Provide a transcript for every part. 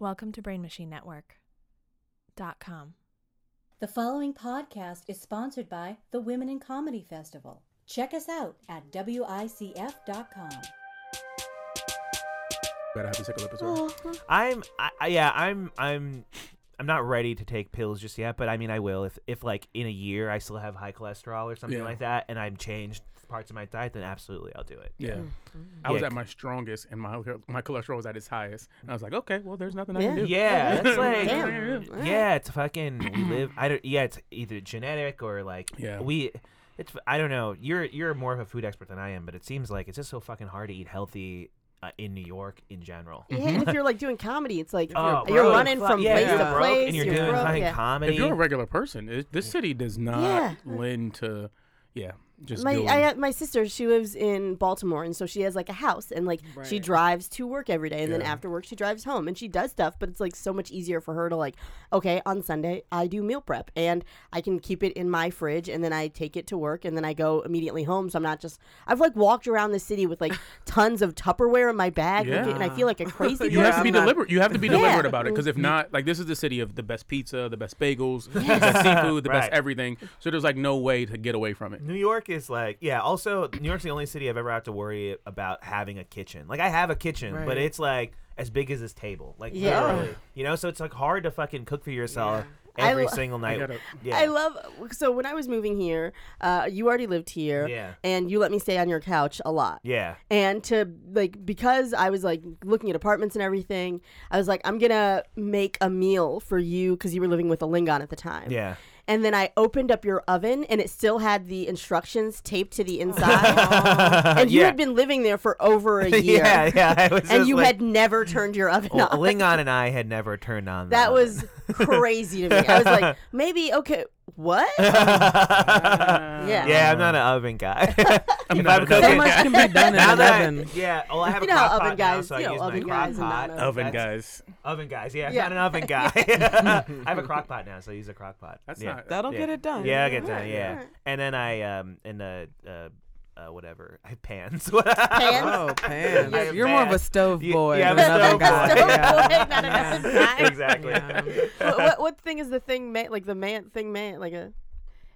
Welcome to Brain Machine Network. Dot com. The following podcast is sponsored by the Women in Comedy Festival. Check us out at WICF.com. Gotta have a sickle episode. I'm, I, I- yeah, I'm, I'm, I'm not ready to take pills just yet, but I mean, I will if, if like in a year I still have high cholesterol or something Yeah. like that, and I'm changed parts of my diet, then absolutely I'll do it. Yeah. I was Yeah. at my strongest and my my cholesterol was at its highest. And I was like, okay, well, there's nothing I can do. Yeah. Yeah, that's like, Damn. All right. yeah, it's fucking we live. I don't. Yeah, it's either genetic or like Yeah. we. It's I don't know. You're you're more of a food expert than I am, but it seems like it's just so fucking hard to eat healthy uh, in New York in general. Yeah, and if you're like doing comedy, it's like Oh, you're, you're broke. running Fuck, from yeah, place you're to broke place. and you're, you're doing broke, fucking yeah. comedy. If you're a regular person, it, this city does not Yeah. lend to, yeah, just My doing- I, uh, my sister, she lives in Baltimore, and so she has like a house, and like she drives to work every day, and then Yeah. after work she drives home, and she does stuff. But it's like so much easier for her to like, okay, on Sunday I do meal prep, and I can keep it in my fridge, and then I take it to work, and then I go immediately home. So I'm not just I've like walked around the city with like tons of Tupperware in my bag, like, Yeah. and I feel like a crazy. you have to person. be deliberate. You have to be Yeah. deliberate about it because if not, like this is the city of the best pizza, the best bagels, the best seafood, the Right. best everything. So there's like no way to get away from it. New York is like, yeah. Also, New York's the only city I've ever had to worry about having a kitchen. Like, I have a kitchen, but it's like as big as this table. Like, Yeah. literally, you know. So it's like hard to fucking cook for yourself I every lo- single night. gotta- yeah. I love. So when I was moving here, uh, you already lived here, Yeah. and you let me stay on your couch a lot. yeah. And to like because I was like looking at apartments and everything, I was like, I'm gonna make a meal for you because you were living with a lingon at the time. Yeah. And then I opened up your oven, and it still had the instructions taped to the inside. and you Yeah. had been living there for over a year, yeah. Yeah. I was and just you like, had never turned your oven Well, on. Lingon and I had never turned on the That oven. was crazy to me. I was like, maybe okay, what? yeah. yeah, I'm not an oven guy. I mean, If I'm not- cooking- So much can be done in now an that I- oven. yeah, well, I have You a know how crock oven pot now, guys- so I you know, use my oven crock guys and pot. not oven That's- guys. Oven guys, yeah, I'm Yeah. not an oven guy. I have a crock pot now, so I use a crock pot. That's yeah. not. That'll yeah. get it done. Yeah, I get done. Alright, Yeah, alright. and then I um and uh, uh, uh whatever I pans. Pans? Oh, pan. Yeah, You're more of man. a stove Yeah, boy yeah, I'm than a an stove oven boy. guy. Stove Yeah. boy, not an Yeah. oven guy. exactly. Yeah. what, what, what thing is the thing man like the man thing man like a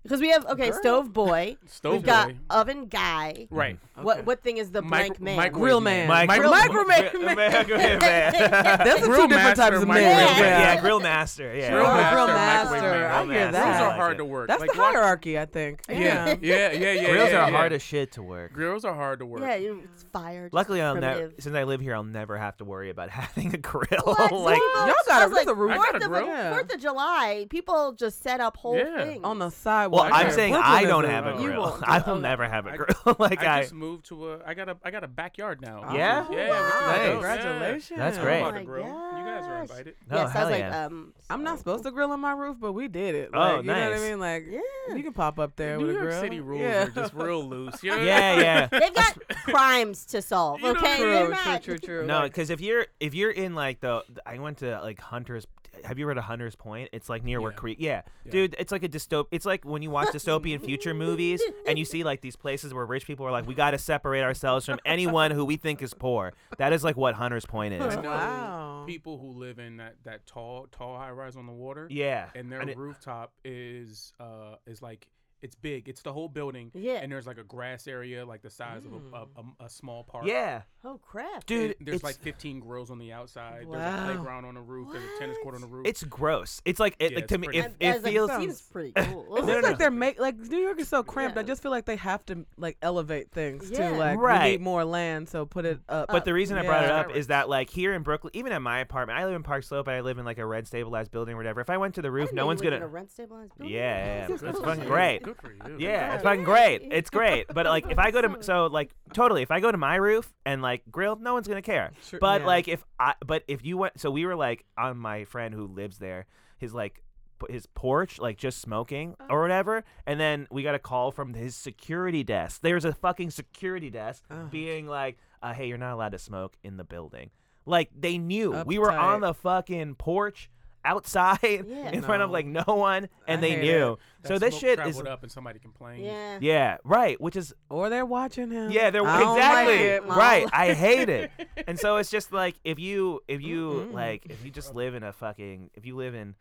because we have okay stove boy Stove we've got boy. oven guy Right. what what thing is the blank Micro- man microwave Grill man. Mike, Micro- Microwave Gri- man. microwave man. Those are Grill two different master, types of microwave men. man. yeah, Yeah. yeah, grill master. Yeah, Grill Oh, master, grill microwave master. man. I Grill hear Those master. that. are I hard like to it. work. That's Like, the watch- hierarchy, I think. Yeah, yeah, yeah, yeah. Grills yeah, are yeah. hard as shit to work. Grills are hard to work. yeah you- it's fired Luckily, I'll never. primitive. Since I live here, I'll never have to worry about having a grill. What? Oh, like, People- y'all I got a- was that's a roof. I Fourth got a of, like, grill. Yeah. Fourth of July, people just set up whole Yeah. things On the sidewalk. well, I I'm can't- saying Brooklyn I is don't a- have a You grill. won't do I it. will never have a I- grill. like I I. just moved to a. I got a. I got a backyard now. Oh, Yeah? Yeah. Wow. which is dope. Congratulations. That's Yeah. great. I'm Oh about to my grill. You guys are gosh. invited. no, yes, Oh, I hell was like, yeah. um, I'm not so- supposed to grill on my roof, but we did it. Oh, Like, you know what nice. I mean? Like, Yeah. you can pop up there New with a York grill. City rules yeah. are just real loose. uh, You know? yeah, yeah. They've got crimes to solve. You know, Okay, true, They're true, true, not- true, true. No, Like, because if you're if you're in like the I went to like Hunter's. Have you read of Hunter's Point? It's like near where Yeah. Creek. Yeah. dude, it's like a dystop. It's like when you watch dystopian future movies and you see like these places where rich people are like, we got to separate ourselves from anyone who we think is poor. That is like what Hunter's Point is. I know Wow. People who live in that, that tall tall high rise on the water. Yeah, And their And it- rooftop is uh is like it's big. It's the whole building. Yeah. Mm. And there's like a grass area like the size of a- a, a, a small park. yeah, Oh crap! dude. It- there's it's, like 15 grills on the outside. There's a Wow. playground on the roof. There's a tennis court on the roof. it's gross. It's like it, Yeah, like it's to me, pretty it, gross. it As a- feels. seems pretty cool. It No, seems no, like they're make like New York is so cramped. I Yeah. just feel like they have to like elevate things Yeah. too. Like we Right. need more land, so put it up. But the reason I brought it Yeah. up is that like here in Brooklyn, even at my apartment, I live in Park Slope, and I live in like a red stabilized building or whatever. If I went to the I roof, didn't no know one's you lived gonna. in a rent-stabilized building. Yeah, it's This is cool. fucking you. great. Good for you. Yeah, it's Yeah. fucking great. It's great. But like, if I go to so like totally, if I go to my roof and like grill, no one's gonna care. Sure, But yeah. like, if I but if you went, so we were like on my friend who lives there, his like p- his porch, like just smoking or whatever, and then we got a call from his security desk. There's a fucking security desk Oh. being like, uh, "Hey, you're not allowed to smoke in the building." Like they knew we were on Uptight. the fucking porch. outside Yeah. in front of No. like no one, and I they hate knew. it. That So this smoke shit is traveled up and somebody complained. Yeah. yeah, right, which is Or they're watching him. yeah, they're I don't exactly like it, Mom. right. I hate it, and so it's just like if you if you Mm-mm. like if you just live in a fucking if you live in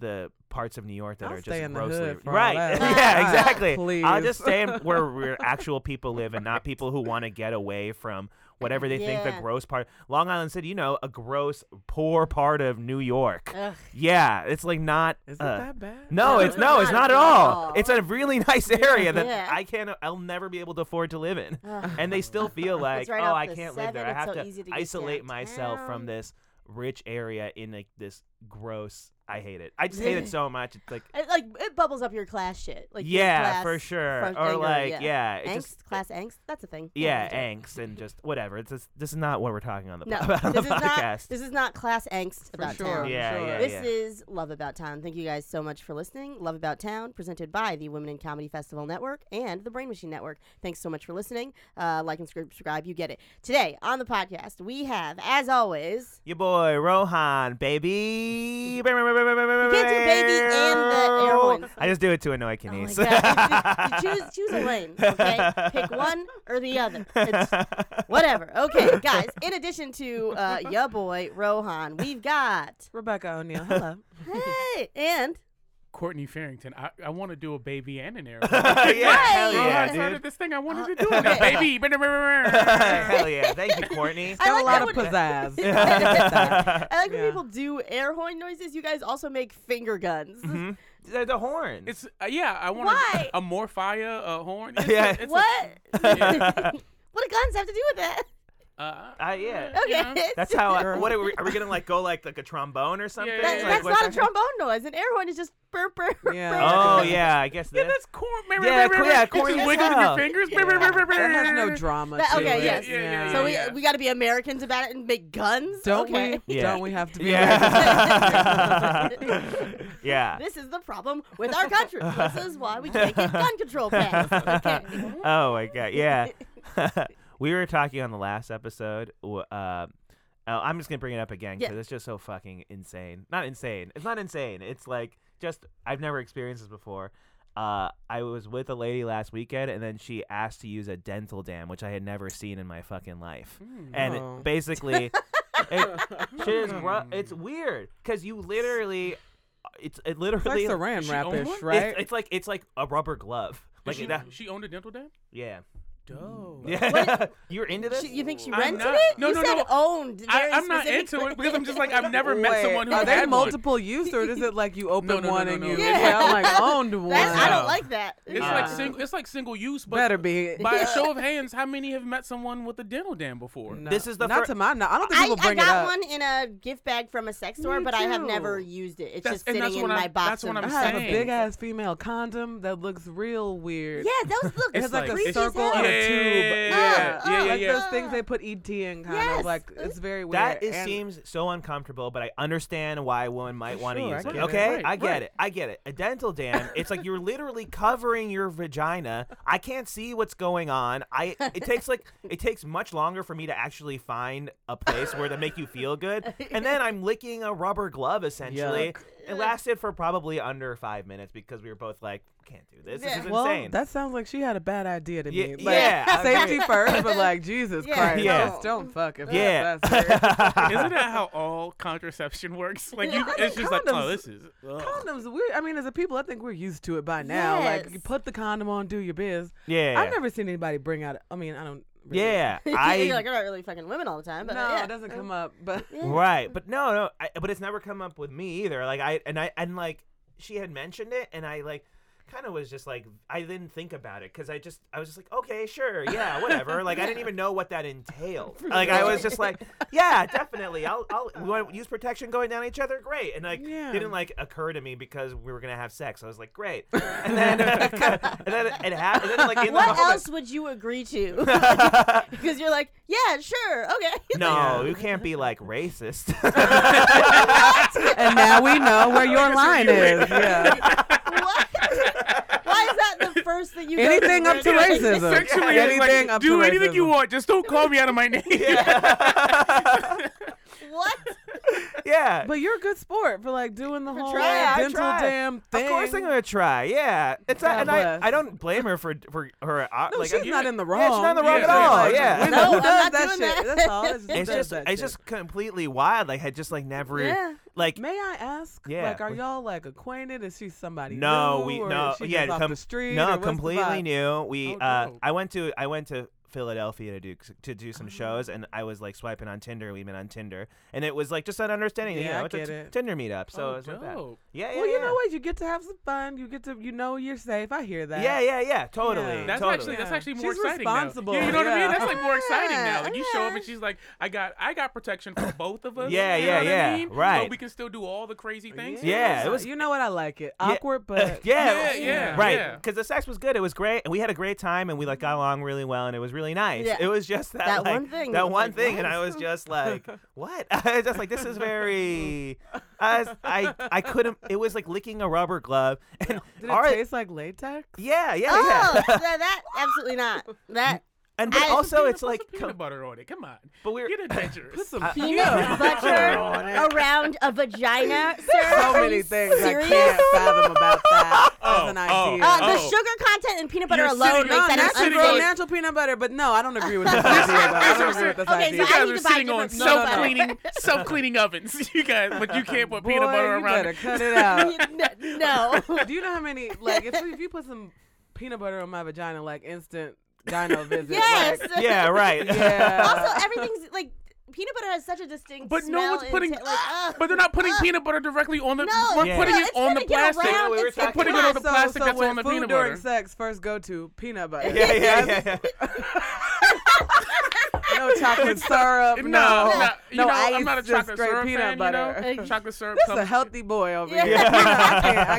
the parts of New York that I'll are just stay in the grossly hood for all right. that. yeah, God, exactly. I'll just please. stay in where where actual people live and not people who want to get away from whatever they think Yeah. the gross part. Long Island City, you know, a gross poor part of New York. Ugh. Yeah, it's like not. Uh, Is it uh, that bad? no, No, it's no, it's not at all. It's a really nice area that Yeah. I can't. I'll never be able to afford to live in. Ugh. And they still feel like, right oh, off I the can't live there. seven, I it's have so to, easy to get isolate myself downtown." from this rich area in like this gross. I hate it. I just hate it so much. It's like, It, like it bubbles up your class shit. Like your yeah, class for sure. front- or anger, like, yeah, yeah, it's angst, just class angst. That's a thing. yeah, we do it. angst and just whatever. It's just, this is not what we're talking on the, No, po- on the this is not. podcast. This is not class angst about sure. town. yeah, sure. yeah, This yeah. is Love About Town. Thank you guys so much for listening. Love About Town, presented by the Women in Comedy Festival Network and the Brain Machine Network. Thanks so much for listening. Uh, like and subscribe, you get it. Today on the podcast, we have, as always, Your boy Rohan, baby. You can't do baby and the air horns. I just do it to annoy Kinesis. oh my God, you choose, you choose a lane, okay? Pick one or the other. It's whatever. Okay, guys. In addition to uh, ya boy Rohan, we've got Rebecca O'Neill. Hello. hey and Courtney Farrington. I, I want to do a baby and an arrow. yeah, hell Right. Oh, I yeah, started dude. Uh, this thing I wanted to do, and a baby. hell yeah. Thank you, Courtney. I Got a like lot that of when- pizzazz. I like when Yeah. people do air horn noises. You guys also make finger guns. Mhm. The, the horn. It's uh, yeah. I want Why? a morphia a horn. It's a- Yeah. it's a- What? Yeah. what do guns have to do with that? uh, Ah, yeah. Okay, yeah. That's how. I, what are we, are we gonna like go like like a trombone or something? yeah, That- yeah. Like, that's what's not a that- trombone noise. An air horn is just burp burp. Yeah. burp. Oh yeah, I guess Yeah, that. that's corn. Yeah, Yeah, cor- yeah, corny as Just wiggling your hell. fingers. That has no drama. That- to okay, it. yes. Yeah, yeah, yeah, So we yeah. we got to be Americans about it and make guns. Don't okay. we? Yeah. Don't we have to be? yeah. Yeah. yeah. This is the problem with our country. this is why we can't get gun control passed. Okay. oh my god, yeah. we were talking on the last episode. w- Uh, oh, I'm just gonna bring it up again Yeah. because it's just so fucking insane. Not insane. It's not insane. It's like just I've never experienced this before. Uh, I was with a lady last weekend, and then she asked to use a dental dam, which I had never seen in my fucking life. Hmm. And it- Oh. basically, it, shit is gro- it's weird because you literally, uh, it's it literally It's like saran She wrap owned one? ish, It's- right? it's, it's like it's like a rubber glove. Like she, that, she owned a dental dam. yeah. Dope. Yeah. You're into this? She- you think she I'm rented not- it? no, you no, said no. owned. I, very I'm not into specifically. it because I'm just like I've never met Wait, someone who are there had one. multiple use or is it like you open no, no, one no, and no. you Yeah. yeah. out like owned one? That's, I No. don't like that. It's Yeah. like single. It's like single use. But Better be. By a show of hands, how many have met someone with a dental dam before? No. This is the not fir- to my. No, I don't think I, people I bring it got up. one in a gift bag from a sex store, Me but I have too. never used it. It's That's- just and sitting that's in what my I'm- box. that's what of I'm I stuff. have a saying. big ass female condom that looks real weird. Yeah, those look It's It's like like- creepy a as circle hell. and a Yeah, tube. yeah, yeah, Like yeah. those things they put ET in, kind Yes. of like it's very weird. That is, And seems so uncomfortable, but I understand why a woman might want to use Sure, I it. get it. Okay, Right, I get right. it. I get it. A dental dam. it's like you're literally covering your vagina. I can't see what's going on. I it takes like it takes much longer for me to actually find a place where to make you feel good, and then I'm licking a rubber glove essentially. Yuck. It lasted for probably under five minutes because we were both like, "Can't do this. This Yeah. is Well, insane." that sounds like she had a bad idea to Ye- me. Like, yeah, I safety agree. first, but like Jesus Yeah, Christ, Yeah. just don't fuck if yeah. that's that's weird. Isn't that how all contraception works? Like you, it's just like, Condoms- oh, this is. ugh. Condoms, we I mean, as a people, I think we're used to it by now. Like, you Yes. put the condom on, do your biz. yeah. I've never seen anybody bring out. I mean, I don't. Really, Yeah, You're I like, I'm not really fucking women all the time, no, but uh, yeah. it doesn't come up. But right, but no, no, I, but it's never come up with me either. Like I and I and like she had mentioned it, and I like kind of was just like I didn't think about it because I just I was just like okay, sure, yeah, whatever. like I didn't even know what that entailed. Like I was just like yeah, definitely. I'll I'll we want to use protection going down each other. Great, and like Yeah. didn't like occur to me because we were gonna have sex. I was like great, and then and then it happened. And then, like in the What moment- else would you agree to? Because you're like, yeah, sure, okay. No, you can't be like racist. and now we know where your line is. Yeah, what? Why is that the first thing you? go anything to up to when you're- racism. Essentially, it's anything like, up do to anything you racism. want, just don't call me out of my name. What? yeah, yeah. But you're a good sport for like doing the whole trying. like, I dental tried. damn thing. Of course, I'm gonna try. Yeah, it's God and I, bless. I don't blame her for for her. Uh, No, like, she's you- not in the wrong. Yeah, she's not in the wrong Yeah, at all. like, Yeah, Who No, I'm does not that doing shit? that. That's all. It's, it's just that it's shit. just completely wild. Like I just like never Yeah. like May I ask? Yeah, Like, are we- y'all like acquainted? Is she somebody? no new, we or no Is she yeah just off com- the street. or no what's the completely vibe? new. We Oh, uh dope. Oh. I went to I went to Philadelphia to do to do some shows and I was like swiping on Tinder. We met on Tinder and it was like just an understanding. you Yeah, know, I it's a get t- it. Tinder meetup. So Oh, it's like that. dope. Yeah, yeah. Well, you yeah. know what? You get to have some fun. You get to, you know, you're safe. I hear that. Yeah, yeah, yeah. Totally. Yeah. That's totally. actually that's Yeah. actually more She's exciting. now. responsible, Yeah, you know what I yeah. mean? That's like more exciting now. Yeah, Like you show up yeah. and she's like, I got I got protection for both of us. Yeah, you yeah, know what yeah, I mean? So right. we can still do all the crazy things. Yeah, it was- You know what? I like it. Yeah. Awkward, but Yeah, yeah, yeah, right. yeah. Because the sex was good. It was great, and we had a great time, and we like got along really well, and it was really nice. Yeah. It was just that, That like, one thing that was one like, thing, and what? I was just like, what? I was just like, this is very. I was- I I couldn't. It was like licking a rubber glove, and Did it our- taste like latex? yeah, yeah, Oh, yeah. that, that absolutely not. That And but I- also, Peanut- it's like, put some peanut butter on it. Come on, but we're get adventurous. Put some I- peanut peanut butter around a vagina, sir. So Are many you things I serious? can't fathom about that as Oh, an oh, idea. Uh, the Oh. sugar content in peanut butter You're alone sitting makes on- that you're an sitting unsafe- natural, natural peanut butter, but no, I don't agree with this idea. though. I don't agree with this Okay, so idea. I you guys need are to buy sitting on different peanut butter. self-cleaning self-cleaning ovens, you guys, but you can't put peanut Boy, butter you around. better it. cut it out. N- no. Do you know how many like if, if you put some peanut butter on my vagina, like instant gyno visit? yes. Like, yeah, right. yeah. also, everything's like peanut butter has such a distinct. But no smell one's and putting. ta- like, ugh. but they're not putting Ugh. peanut butter directly on the. No, we're it's putting gonna- it it's on gonna the get around, plastic. it's we were just talking We're putting it on the so, plastic so that's when on the food peanut during butter. sex, first go to peanut butter. yeah, yeah, yeah, yeah. No chocolate syrup. No, no, no, you know, ice, I'm not a just chocolate straight syrup peanut fan, butter. You know? Chocolate syrup. That's a comes- healthy boy over Yeah. here. I, can't, I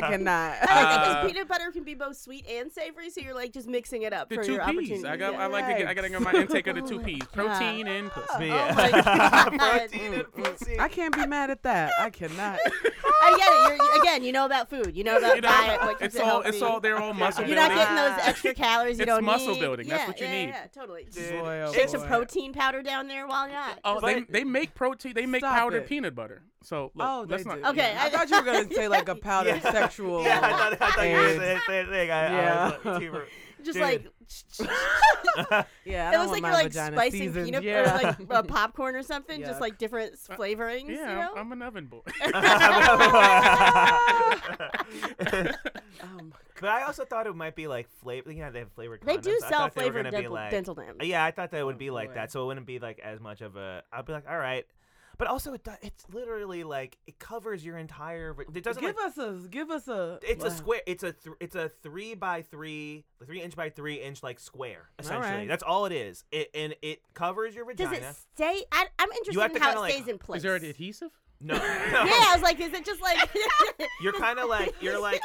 I cannot. like that Uh, because peanut butter can be both sweet and savory, so you're like just mixing it up The for two your peas. opportunity. I got. Yeah. I like to get. I got to get my intake of the two peas. Protein and pussy. Oh my God. Mm. Protein and pussy. I can't be mad at that. I cannot. I get it. You're, you- again, you know about food. You know about You know, diet. What keeps it's it all. healthy. It's all. They're all muscle You're building. not getting those extra calories you It's don't muscle need. building. That's Yeah, what you yeah, need. Yeah, totally. Just Boy, oh Shake some boy. protein powder down there. Why not? Oh, they, they make protein. They make Stop powdered it. peanut butter. So look, Oh, let's they do. not. Okay, I, I- thought you were gonna say like a powder Yeah. sexual. Yeah, I thought, I thought you were and- saying the same thing. I, Yeah. I was like, you were- Just Dude. like Yeah, I it don't looks want like my you're like vagina spicing seasoned. peanut yeah. or like uh, popcorn or something. Yuck. Just like different s- flavorings. Uh, Yeah, you know? I'm- I'm an oven boy. Um, but I also thought it might be like flavor. You know, they have flavored. they do condoms. I sell thought they were flavored gonna be dental, like- dental dams. Yeah, I thought that it would be like boy. that, so it wouldn't be like as much of a. I'd be like, all right, but also it do, it's literally like it covers your entire. re- It doesn't. give like, us a. Give us a. it's a wow. square. It's a th- it's a three by three, three inch by three inch like square. Essentially, right. that's all it is. It and it covers your Does vagina. it stay? I, have I'm interested to in how kinda, it like, stays in place. Is there an adhesive? no, yeah, I was like, is it just like? you're kind of like you're like.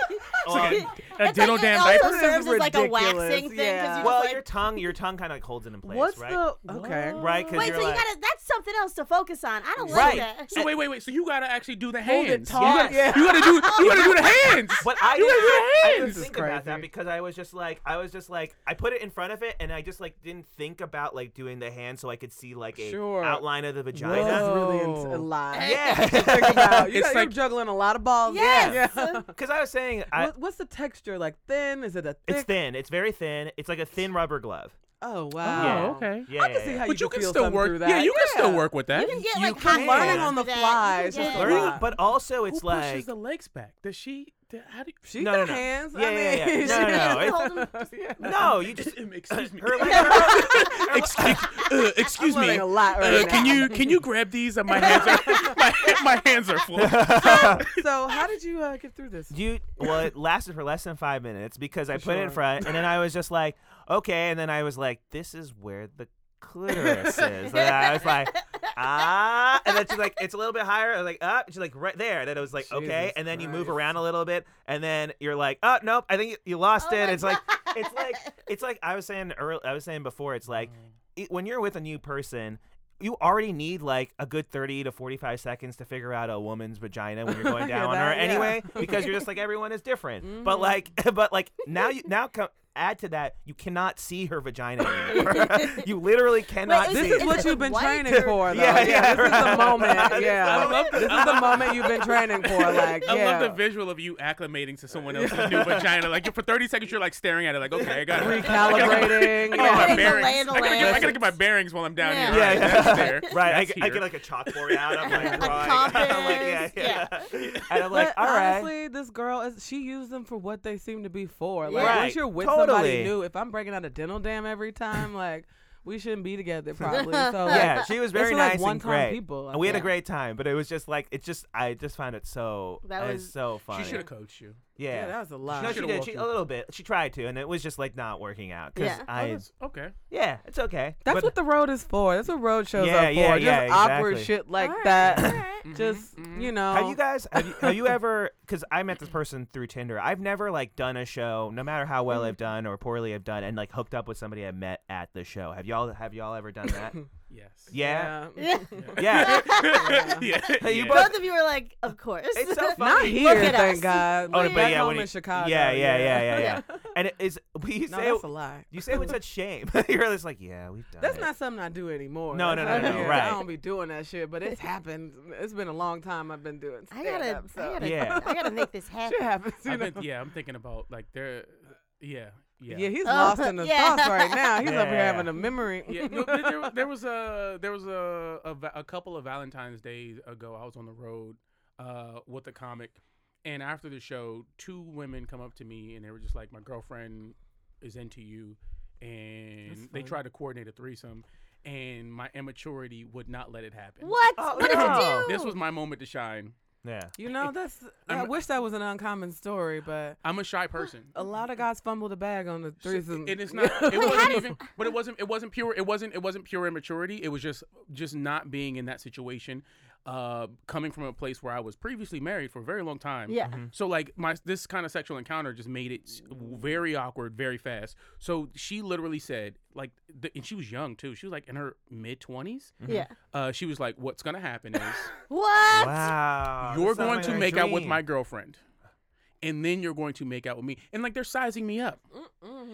Like um, a, a It's like dental dam it diaper. also This is serves as like a ridiculous, waxing thing. 'cause yeah. you well, just, your like, tongue, your tongue kind of holds it in place, What's right? the okay? Right, because wait, you're so like, you gotta. That's something else to focus on. I don't Right. like that. So Oh, wait, wait, wait. So you gotta actually do the Hold it hands. You taut. gotta, Yeah. you gotta do. You gotta do the hands. but I You gotta do didn't, I the didn't hands. This is think about that crazy. because I was just like, I was just like, I put it in front of it, and I just like didn't think about like doing the hand so I could see like a Sure. outline of the Whoa. That's vagina. really int- a lot. Yeah, Think about you It's got, like- you're juggling a lot of balls. Yes. Yeah. because I was saying, I, what, what's the texture like? Thin? Is it a thick? it's thin. It's very thin. It's like a thin rubber glove. Oh Yeah. wow. okay. Yeah, I can see how But you, you can feel still something work. through that. Yeah, you can still work with that. You can get like can- hot Learning sauce on the with that. You fly can is just get- a Learning- lot. but also it's Who pushes like. the legs back? Does she? th- how do you, She No, got no, no. hands. Yeah, I yeah, mean, yeah. No, she no, no. got- It's- no, you just excuse me. her legs. excuse, uh, excuse I'm me. learning a lot right Uh, now. can you can you grab these? Uh, my hands are my, my hands are full. So how did you uh, get through this? You well, it lasted for less than five minutes because I For put it in sure. front, and then I was just like, okay, and then I was like, this is where the clitoris is. And I was like, ah, and then she's like, it's a little bit higher. I was like, up, and she's like, right there. And then it was like, okay, Jesus and then you move Christ. around a little bit, and then you're like, oh nope, I think you, you lost Oh it. my It's like, it's like, it's like I was saying earl I was saying before, it's like Mm-hmm. it, when you're with a new person. You already need like a good thirty to forty-five seconds to figure out a woman's vagina when you're going I hear down on her that, yeah. Mm-hmm. anyway because you're just like everyone is different. But like, but like now you now come add to that, you cannot see her vagina. anymore. you literally cannot. is see This it- is it. what it you've been white training or- for, though. Yeah, Yeah, yeah, This is right. the moment. I Yeah, love this is the moment you've been training for. Like, yeah. I love the visual of you acclimating to someone else's new vagina. Like for 30 seconds, you're like staring at it, like, okay, I got Recalibrating. I gotta, get Yeah. my Getting the bearings. lay of the I, gotta get, land. I gotta get my bearings while I'm down here. Yeah. Yeah, All right, yeah. that's there. Right, That's I, I get here. like a chalkboard out. I'm like A drawing. compass, I'm like, yeah, yeah. And I'm like, But all right. honestly, this girl is she used them for what they seem to be for. Like Right, once you're with totally. somebody new, if I'm breaking out a dental dam every time, like we shouldn't be together probably. So yeah, like, she was Those very are, like, nice and one-time great. people, I and we had a think. great time, but it was just like it just I just found it so That that was was- so funny. She should have coached you. oh, Yeah. yeah, that was a lot. no, should've she did. walked She, you a little bit. She tried to, and it was just like not working out. 'cause Yeah. Oh, I, that's- okay. yeah, it's okay. That's but, what the road is for. That's what road shows Yeah, up for. yeah, Just yeah, awkward exactly. shit like All right, that. all right. Just you know. Have you guys have you, have you ever? Because I met this person through Tinder. I've never like done a show, no matter how well I've done or poorly I've done, and like hooked up with somebody I met at the show. Have y'all have y'all ever done that? Yes. yeah, Yeah. yeah. yeah. Hey, you yeah. both- Both of you are like, of course. It's so funny. Not here, Look at thank us. God. Oh, Like, but back yeah, home when in you- Chicago. Yeah, yeah, yeah, yeah, yeah. and it is we No, say that's a lie. You say it with such shame. You're just like, yeah, we've done That's it. not something I do anymore. No, no, That's no, not- no, yeah, right. I don't be doing that shit, but it's happened. It's been a long time I've been doing. I gotta, stand-up, I so. gotta, Yeah. I gotta make this happen. Shit happens. You I've know? been- yeah, I'm thinking about like there. Yeah. yeah. Yeah. he's Oh, lost in the yeah. thoughts right now. He's up here Yeah. having a memory. yeah, no, there, there, there was a there was a, a va- a couple of Valentine's days ago. I was on the road uh, with a comic, and after the show, two women come up to me and they were just like, "My girlfriend is into you," and they tried to coordinate a threesome, and my immaturity would not let it happen. What? Oh, what no. did you do? This was my moment to shine. Yeah. you know, that's. I I'm- wish that was an uncommon story, but I'm a shy person. a lot of guys fumbled a bag on the threesome. And it's not. It Wait, how wasn't does- even. But it wasn't. It wasn't pure. It wasn't. It wasn't pure immaturity. It was just just not being in that situation. Uh, coming from a place where I was previously married for a very long time. Yeah. So like my this kind of sexual encounter just made it s- very awkward very fast. So she literally said like, the, and she was young too. She was like in her mid twenties. Yeah. Uh, she was like, "What's gonna happen is." What? Wow. You're Oh, that sounds going like to my make out with dream. my girlfriend. And then you're going to make out with me. And like they're sizing me up.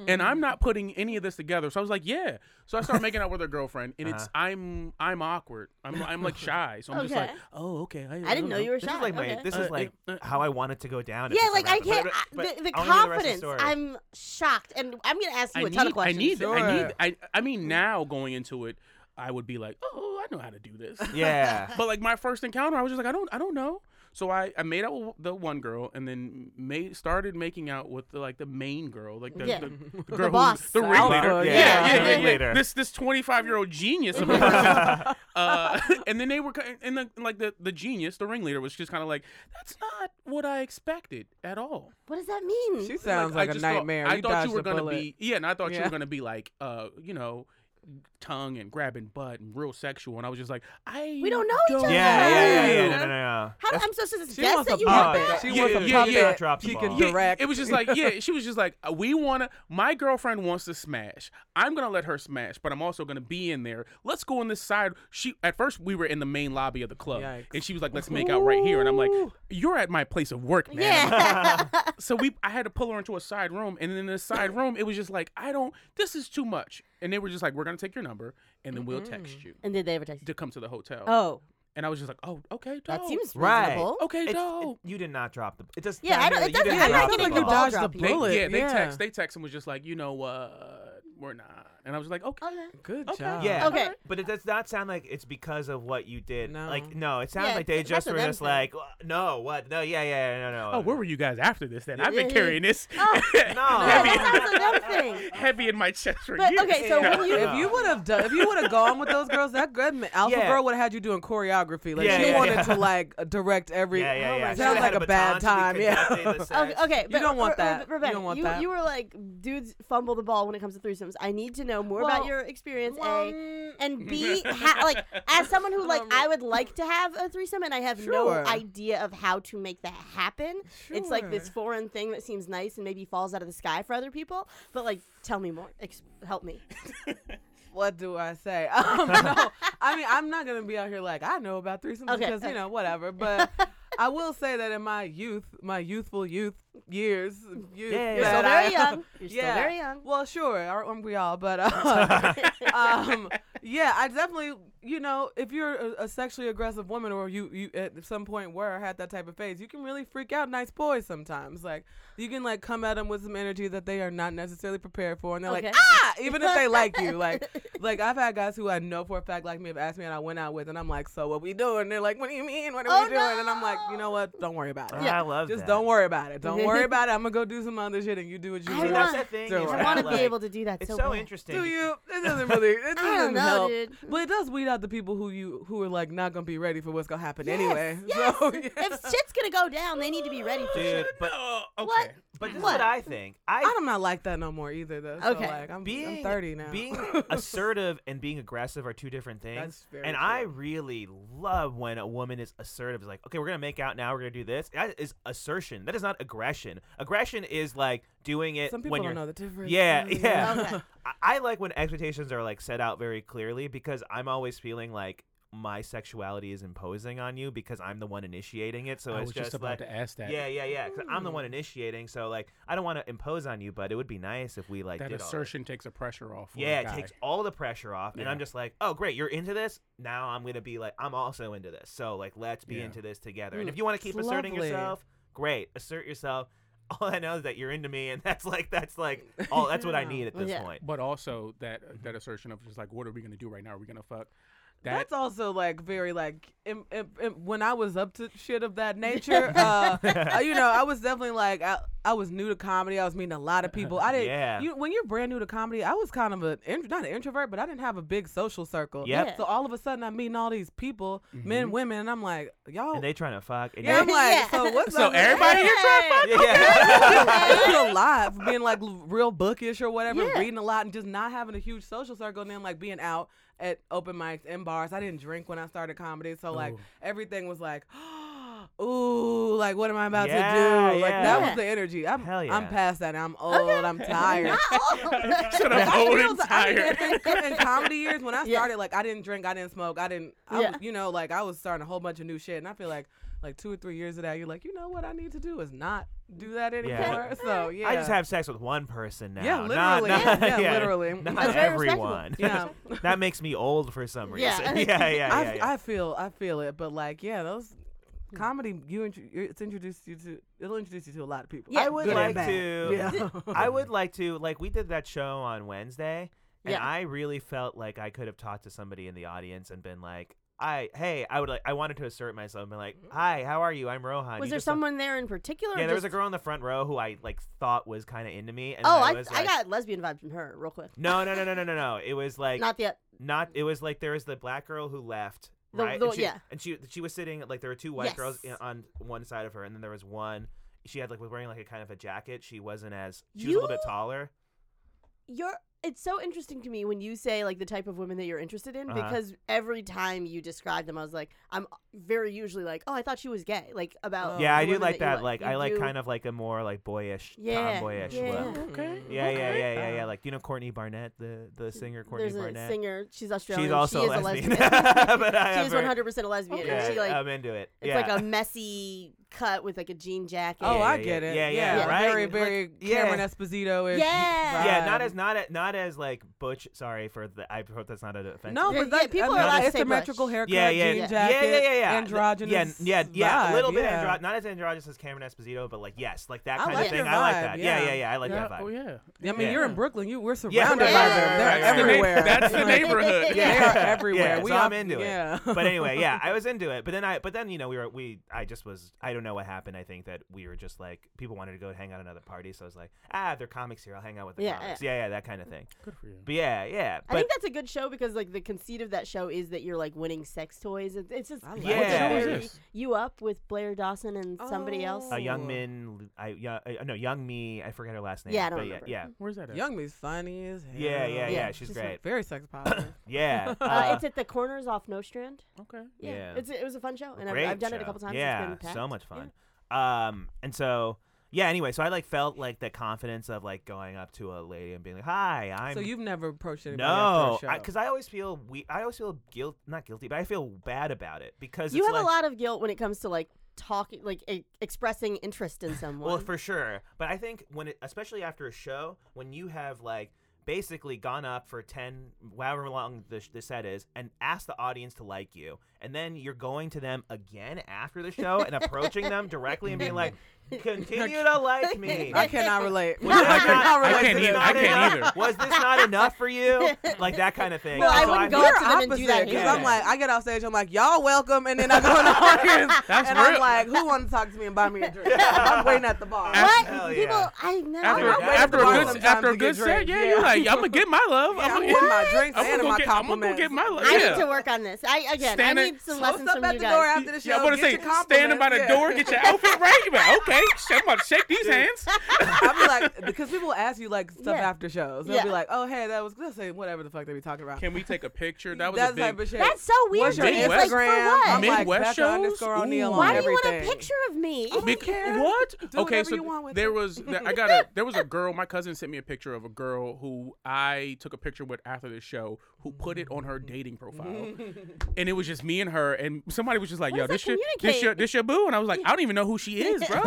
And I'm not putting any of this together. So I was like, yeah. So I start making out with her girlfriend and it's Uh-huh. I'm I'm awkward. I'm I'm like shy. So I'm just like, Okay. oh, okay. I, I didn't know you were This shy. is like my. okay. This Uh, is like uh, uh, how I want it to go down. if yeah, this like I ever can't. happened. I, But- the the but I wanna hear rest of confidence. story. I'm shocked, and I'm gonna ask I you a need, ton of I questions. need I Sure. need I I mean now going into it, I would be like, Oh, I know how to do this. Yeah. but like my first encounter, I was just like, I don't, I don't know. So I, I made out with the one girl, and then made started making out with the, like the main girl, like the, Yeah. the, the girl, who- boss. the Alpha, ringleader. yeah, yeah. The yeah, yeah, yeah. ringleader. This this twenty five year old genius of a person. uh, and then they were, ki- and the, like the the genius, the ringleader, was just kind of like, that's not what I expected at all. What does that mean? She sounds like, I a just nightmare. Thought, I you thought you dodged were a gonna bullet. be yeah, and I thought you Yeah. were gonna be like, uh, you know. Tongue and grabbing butt and real sexual, and I was just like, I We don't know each yeah, other. yeah, yeah, yeah, Yeah. No, no, no. How I'm supposed to She guess wants that a you bump. have puppet. that. She Yeah, wants a yeah, puppet. yeah. Drop the She can ball. Yeah, direct. It was just like, yeah, she was just like, uh, we want to, my girlfriend wants to smash. I'm going to let her smash, but I'm also going to be in there. Let's go on this side. She, at first, we were in the main lobby of the club. Yikes. And she was like, let's make out right here. And I'm like, you're at my place of work, man. Yeah. So we, I had to pull her into a side room. And in the side room, it was just like, I don't, this is too much. And they were just like, we're going to take your number and then we'll text you and did they ever text? to come to the hotel. Mm-hmm. Oh, And I was just like, oh, okay, dope. that seems Right. reasonable. Oh, Okay, It's- dope. it- you did not drop the. It does. Yeah, I don't- it you did doesn't- not I'm not drop getting the a ball. ball dodged the drop. They, bullet. yeah, they yeah. text. They text and was just like, you know what, we're not. And I was like, okay, Okay. Good Okay. job. Yeah. Okay. But it does not sound like it's because of what you did. No. Like no, it sounds Yeah, like they that's just what were them just said. like "Wha- no, what? No, yeah, yeah, yeah, no, no. Oh, where were you guys after this? Then I've been yeah, carrying this No. Yeah, heavy, that sounds like them thing. heavy in my chest for But, years. okay, so when you- if you would have done, if you would have gone with those girls, that good alpha Yeah. girl would have had you doing choreography. Like Yeah, she yeah, wanted yeah. to like direct every. Oh Yeah, yeah, yeah. Oh God. She Sounds would've like had a bad baton time. to be Yeah. conducting the Okay, sex. okay, but don't want Re- that. Re- You Rebecca, don't want you, that. you were like, dudes fumble the ball when it comes to threesomes. I need to know more about Well, your experience. well, a and B, ha- like as someone who like I would like to have a threesome, and I have no Sure. idea of how to make that happen. It's like this Sure. foreign thing that seems nice and maybe falls out of the sky for other people. But like, tell me more. Ex- help me. What do I say? Um, no, I mean I'm not gonna be out here like I know about threesomes Okay, because okay. you know whatever. But I will say that in my youth, my youthful youth, years. years Yeah, You're still that very I- young. You're still Yeah. very young. Well, sure, aren't we all? But uh, um, yeah, I definitely, you know, if you're a, a sexually aggressive woman, or you, you at some point were or had that type of phase, you can really freak out nice boys sometimes. Like you can like come at them with some energy that they are not necessarily prepared for, and they're Okay. like ah, even if they like you. Like like I've had guys who I know for a fact like me have asked me, and I went out with, and I'm like, so what we doing? They're like, what do you mean? What are Oh, we doing? And I'm like, you know no. what? Don't worry about it. I love Just that. don't worry about it. Don't worry about it. I'm gonna go do some other shit, and you do what you I do. See, that's want- the thing. I is wanna that, I want to like, be able to do that It's so, so bad. interesting. Do you? It doesn't really. It doesn't I don't know, help. dude. But it does weed out the people who you who are like not gonna be ready for what's gonna happen anyway. Yes. So If shit's gonna go down, they need to be ready for Dude, shit. but Oh, okay. What? but this is What? what I think. I I'm not like that no more either though. So, Okay. like, I'm, being I'm 30 now. Being assertive and being aggressive are two different things. That's very and I true. really love when a woman is assertive. It's like, okay, we're gonna make out now. We're gonna do this. That is assertion. That is not aggression. Aggression is like doing it Some people when don't you're. know the difference. Mm-hmm. Yeah, yeah. Okay. I, I like when expectations are like set out very clearly because I'm always feeling like my sexuality is imposing on you because I'm the one initiating it. So I was it's just, about like, to ask that. yeah, yeah, yeah. Because I'm the one Mm. initiating, so like I don't want to impose on you, but it would be nice if we like that did all this. assertion takes a pressure off. for the Yeah, it guy. takes all the pressure off, and I'm Yeah. just like, oh great, you're into this. Now I'm gonna be like, I'm also into this. So like, let's be Yeah. into this together. And Mm, if you want to keep it's asserting lovely. yourself, great, assert yourself. All I know is that you're into me, and that's like that's like all that's what I Yeah. need at this Yeah. point. But also that that assertion of just like, what are we gonna do right now? Are we gonna fuck? That That's also like very like im- im- im- when I was up to shit of that nature, uh, uh, you know, I was definitely like I, I was new to comedy. I was meeting a lot of people. I didn't. Yeah. You, when you're brand new to comedy, I was kind of an in, not an introvert, but I didn't have a big social circle. Yep. Mm-hmm. Yeah. So all of a sudden, I'm meeting all these people, men, women, and I'm like, y'all. And they trying to fuck. And Oh. yeah, I'm you- like, Yeah. so what's So up? everybody here yeah, yeah. a lot for being like l- real bookish or whatever, Yeah. reading a lot and just not having a huge social circle. And then like being out at open mics and bars. I didn't drink when I started comedy, so like Ooh. everything was like, ooh, like what am I about Yeah, to do? Like that yeah. was the energy. I'm, Hell I'm yeah. past that. I'm old. I'm tired. Shut up, I old feel and so- I tired. didn't- in comedy years when I Yeah. started, like I didn't drink, I didn't smoke, I didn't, I Yeah. was, you know, like I was starting a whole bunch of new shit, and I feel like like two or three years of that, you're like, you know what I need to do is not do that anymore. So yeah, I just have sex with one person now. Yeah, not- literally. not- Yeah, literally. Not That's very respectable. everyone. yeah. that makes me old for some Yeah. reason. Yeah, yeah, yeah. I, yeah, I feel I feel it, but like yeah, those comedy you intro- it's introduced you to it'll introduce you to a lot of people. Yeah, I would good like and to. bad. Yeah. I would like to. Like we did that show on Wednesday, and Yeah. I really felt like I could have talked to somebody in the audience and been like, "I hey, I would like. I wanted to assert myself and be like, "Hi, how are you? I'm Rohan." Was You there just saw-" someone there in particular? or Yeah, there was a just- girl in the front row who I like thought was kind of into me, and Oh, then I, was I like, got lesbian vibes from her real quick. no, no, no, no, no, no, no. It was like Not the not it was like there was the black girl who left The- right the- and she, yeah. and she she was sitting like there were two white girls Yes. in- on one side of her and then there was one she had like was wearing like a kind of a jacket she wasn't as she was a little bit You- taller you're it's so interesting to me when you say like the type of women that you're interested in Uh-huh. because every time you describe them i was like i'm very usually like oh i thought she was gay like about yeah the i do women like Oh, you that like You i like do- kind of like a more like boyish Yeah, tomboyish yeah, look yeah. Okay. yeah yeah okay. yeah yeah yeah like you know courtney barnett the the singer courtney there's a barnett singer she's australian she's also she is a a lesbian, but I she have is her- 100% a lesbian and yeah, she like i'm into it it's uh, yeah like a messy cut with like a jean jacket Oh, Yeah, I yeah, get yeah. it. Yeah, yeah, right? Very, Like, very yeah. Cameron Esposito. Yeah. yeah, not as not at, not as like butch. Sorry for the. I hope that's not an offense. No, Yeah, but yeah, that, people I are mean, allowed to it's say symmetrical bush. haircut, yeah, yeah, jean yeah, jacket, yeah, yeah, yeah, androgynous. yeah, yeah, yeah, vibe, a little bit yeah. andro- not as androgynous as Cameron Esposito, but like yes, like that I kind like of thing. your I like vibe, that. Yeah, yeah. yeah, yeah. I like yeah, that vibe. Oh yeah. I mean, Yeah. you're in Brooklyn. You we're surrounded Yeah, by them. right, right, They're right, right, right. everywhere. That's the Like, neighborhood. They Yeah. are everywhere. Yeah, we so all, I'm into it. yeah. But anyway, yeah, I was into it. But then I, but then you know, we were we. I just was. I don't know what happened. I think that we were just like people wanted to go hang out at another party, so I was like, ah, they're comics here. I'll hang out with the Yeah, comics. Yeah, yeah, that kind of thing. Good for you. But yeah, yeah. I But think that's a good show because like the conceit of that show is that you're like winning sex toys. It's, it's just I like it's What show is very- this? you up with Blair Dawson and somebody else. Oh. a young min, I yeah, uh, no young me. I forget her last name. Yeah, I don't but remember. Yeah, Where's that at? Young me's funny as hell. yeah, yeah, yeah. Yeah, She's She's great. Very sex positive. Yeah. Uh, uh, it's at the corners off No Strand. Okay. Yeah, Yeah. It's, it was a fun show, and I've, Great I've done it a show. couple times. Yeah, it's been packed. so much Yeah. fun. Um, and so yeah. Anyway, so I like felt like the confidence of like going up to a lady and being like, "Hi, I'm." so you've never approached anybody no, after a show. because I, always feel we. I always feel guilt, not guilty, but I feel bad about it because You it's have like, a lot of guilt when it comes to like talking, like e- expressing interest in someone. Well, for sure. But I think when it, especially after a show, when you have like basically gone up for 10, however long the, sh- the set is, and asked the audience to like you, and then you're going to them again after the show and approaching them directly and being like, continue to like me. I cannot relate. Was this I not- cannot relate was I can't to either. this this. not I can't enough- either. Was this not enough for you? Like that kind of thing. No, I So wouldn't I'm- go We're up to them and do opposite, that 'cause either. I'm like, I get off stage, I'm like, y'all welcome, and then I go in the audience, That's and I'm real. like, who want to talk to me and buy me a drink? I'm waiting at the bar. After- what Hell people, yeah. I never. After, I'm I not waiting after a at the bar good sometimes after a to good set, get drinks, yeah, yeah. you're like, I'm gonna get my love. Yeah, I'm I'm gonna getting get my drinks I'm and gonna my get, I'm gonna get compliments. my love. need yeah. to work on this. I again, I Standing- need some Post lessons up from at you the door guys. after the show. Yeah, I'm gonna get say your compliments, standing by the yeah. door, get your outfit right. You're like, okay, shit, I'm about to shake these hands. I'll be like, because people will ask you like stuff Yeah. after shows. They'll be Yeah. like, oh hey, that was they'll say whatever the fuck they be talking about. Can we take a picture? That was that a type big. of shit. That's so weird. What's your It's Midwest- like, for what? I'm like, Midwest Becca shows? underscore O'Neal Ooh. on Why do you want everything. a picture of me? Bec- care. What? Do okay, whatever so you want with there it. was th- I got a there was a girl. My cousin sent me a picture of a girl who I took a picture with after the show, who put it on her dating profile, and it was just me and her. And somebody was just like, What "Yo, does this that your, this your communicate? this your boo," and I was like, "I don't even know who she is, bro."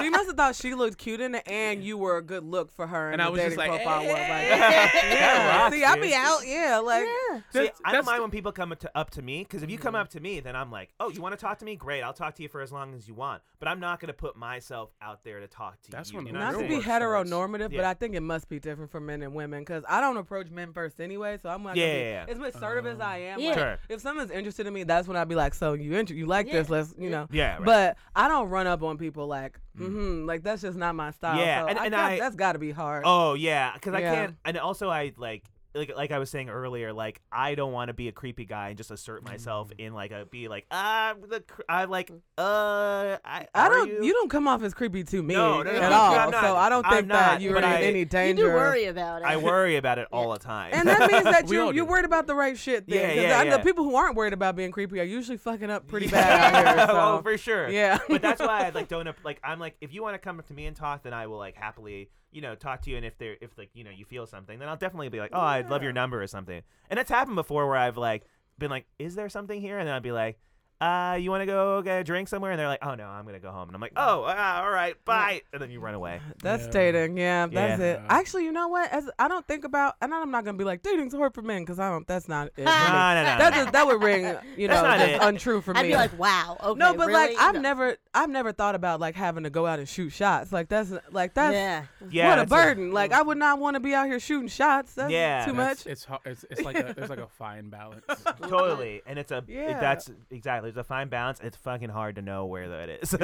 She must have thought she looked cute in it, and you were a good look for her. And in I the was just dating like, profile was like, That yeah. rocks, See, I dude. be out, yeah, like. Yeah. See, That's- I that's the- don't Mm-hmm. mind when people come up to, up to me because if you come up to me, then I'm like, oh, you want to talk to me? Great, I'll talk to you for as long as you want. But I'm not going to put myself out there to talk to That's you. when you the know what Not I'm real to saying? be work starts. heteronormative, but Yeah. I think it must be different for men and women because I don't approach men first anyway. So I'm like, Yeah, yeah, yeah. as much assertive as I am. Yeah. like, Sure. If someone's interested in me, that's when I'd be like, so you inter- you like this? Let's you know. Yeah, right. Mm. But I don't run up on people like, mm-hmm, like that's just not my style. Yeah, so and- and got- I- that's got to be hard. Oh yeah, because I Yeah. can't. And also, I like like like I was saying earlier, like I don't want to be a creepy guy and just assert myself Mm-hmm. in like a be like ah the cr- I like uh I I are don't. You? you? don't come off as creepy to me No, no, no, at no, all. I'm not. so I don't I'm think that not, you're but in I- any You danger. do worry about it. I worry about it all the time. And that means that We all you're, do. you're worried about the right shit. Then, Yeah, 'cause yeah, I know yeah. people who aren't worried about being creepy are usually fucking up pretty bad. out here, so. oh, for sure. Yeah. but that's why I like don't ap- like I'm like if you want to come up to me and talk, then I will like happily you know talk to you. And if there if like you know you feel something, then I'll definitely be like, oh, I'd love your number or something. And that's happened before where I've like been like, is there something here? And then I'd be like. Uh, you want to go get a drink somewhere? And they're like, "Oh no, I'm gonna go home." And I'm like, "Oh, uh, all right, bye." And then you run away. That's Yeah. dating. Yeah, that's Yeah. it. Actually, you know what? As I don't think about, and I'm not gonna be like dating's hard for men because I don't. That's not. It, No, really. no, no. That no. just that would ring. You know, That's not just it. untrue for I'd me. be like, wow. Okay. no, but really? like I've No. never, I've never thought about like having to go out and shoot shots. Like that's like that's Yeah. yeah, what a that's burden. like I would not want to be out here shooting shots. That's Yeah, too That's- much. It's ho- it's it's like a it's like a fine balance. totally, and it's a it- Yeah. that's exactly. It's a fine balance. It's fucking hard to know where that is.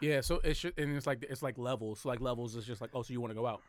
Yeah, so it's ju- and it's like it's like levels. So like levels is just like, oh, so you want to go out?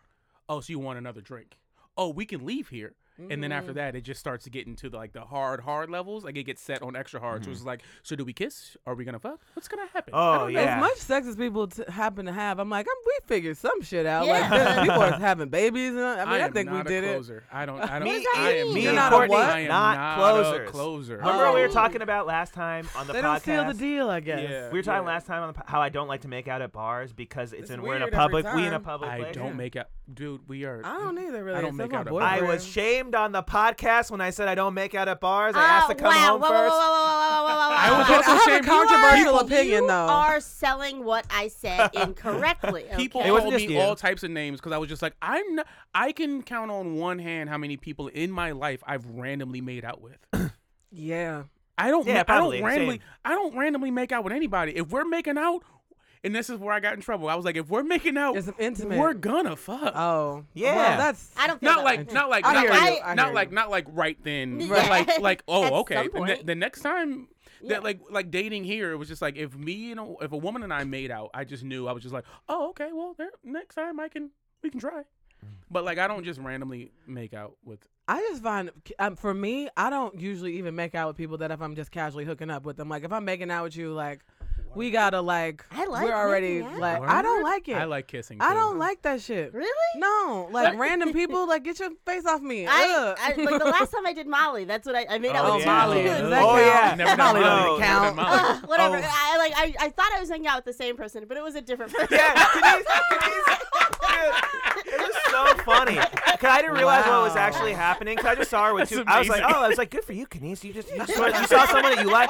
Oh, so you want another drink? Oh, we can leave here. And then Mm-hmm. after that, it just starts to get into the, like the hard, hard levels. Like it gets set on extra hard. Mm-hmm. So it's like, so do we kiss? Are we gonna fuck? What's gonna happen? oh yeah, As much sex as people t- happen to have, I'm like, I'm, we figured some shit out. Like, Yeah. there's- people are having babies. And, I mean, I, am think we not did a it. closer. I don't. I don't. Me- does I that am mean? me You're and not a Courtney, what? I am not closers. A closer. Remember Oh. we were talking about last time on the They don't podcast. seal the deal, I guess. Yeah. We were talking Yeah. last time on the po- how I don't like to make out at bars because it's, It's in we're in a weird every public we in a time. public I place. don't make out, dude. We are. I don't either really. I don't except make my out a- boyfriend. I was shamed on the podcast when I said I don't make out at bars. Ah, I asked Oh, to come wow. home Whoa, whoa, first. Whoa, whoa, whoa, whoa, whoa, whoa, I whoa. was I also have a shamed. controversial You opinion, though. are selling what I said incorrectly. People okay? It wasn't called just me you. all types of names because I was just like, I'm. Not, I can count on one hand how many people in my life I've randomly made out with. yeah. I don't. Yeah, ma- probably, I don't randomly. same. I don't randomly make out with anybody. If we're making out, and this is where I got in trouble. I was like, if we're making out, It's intimate. we're gonna fuck. Oh. Yeah. Well, that's. I don't feel not that like, way. not like, I not hear like, you, I hear not like, you. not like right then. Yeah. But like, like, At oh, okay. some The, ne- point. the next time that, Yeah. like, like dating here, it was just like if me and a, if a woman and I made out, I just knew I was just like, oh, okay, well, there, next time I can, we can try. But like, I don't just randomly make out with. I just find, um, for me, I don't usually even make out with people that if I'm just casually hooking up with them. Like if I'm making out with you, like we gotta like. I like We're already making out. like. I don't Word? like it. I like kissing. I too. don't like that shit. Really? No, like random people, like get your face off me. I, Ugh. I like the last time I did Molly. That's what I, I made out Oh, with yeah. Molly. Molly. Does that Oh, count? yeah. Never done Molly Molly. Never doesn't done count. Molly. Ugh, whatever. Oh. I I, like. I, I thought I was hanging out with the same person, but it was a different person. Yeah, It was so funny. Cause I didn't realize what was Wow. actually happening. Cause I just saw her with That's two. I was like, amazing. oh, I was like, good for you, Kenise. You just you, just, you saw someone that you like,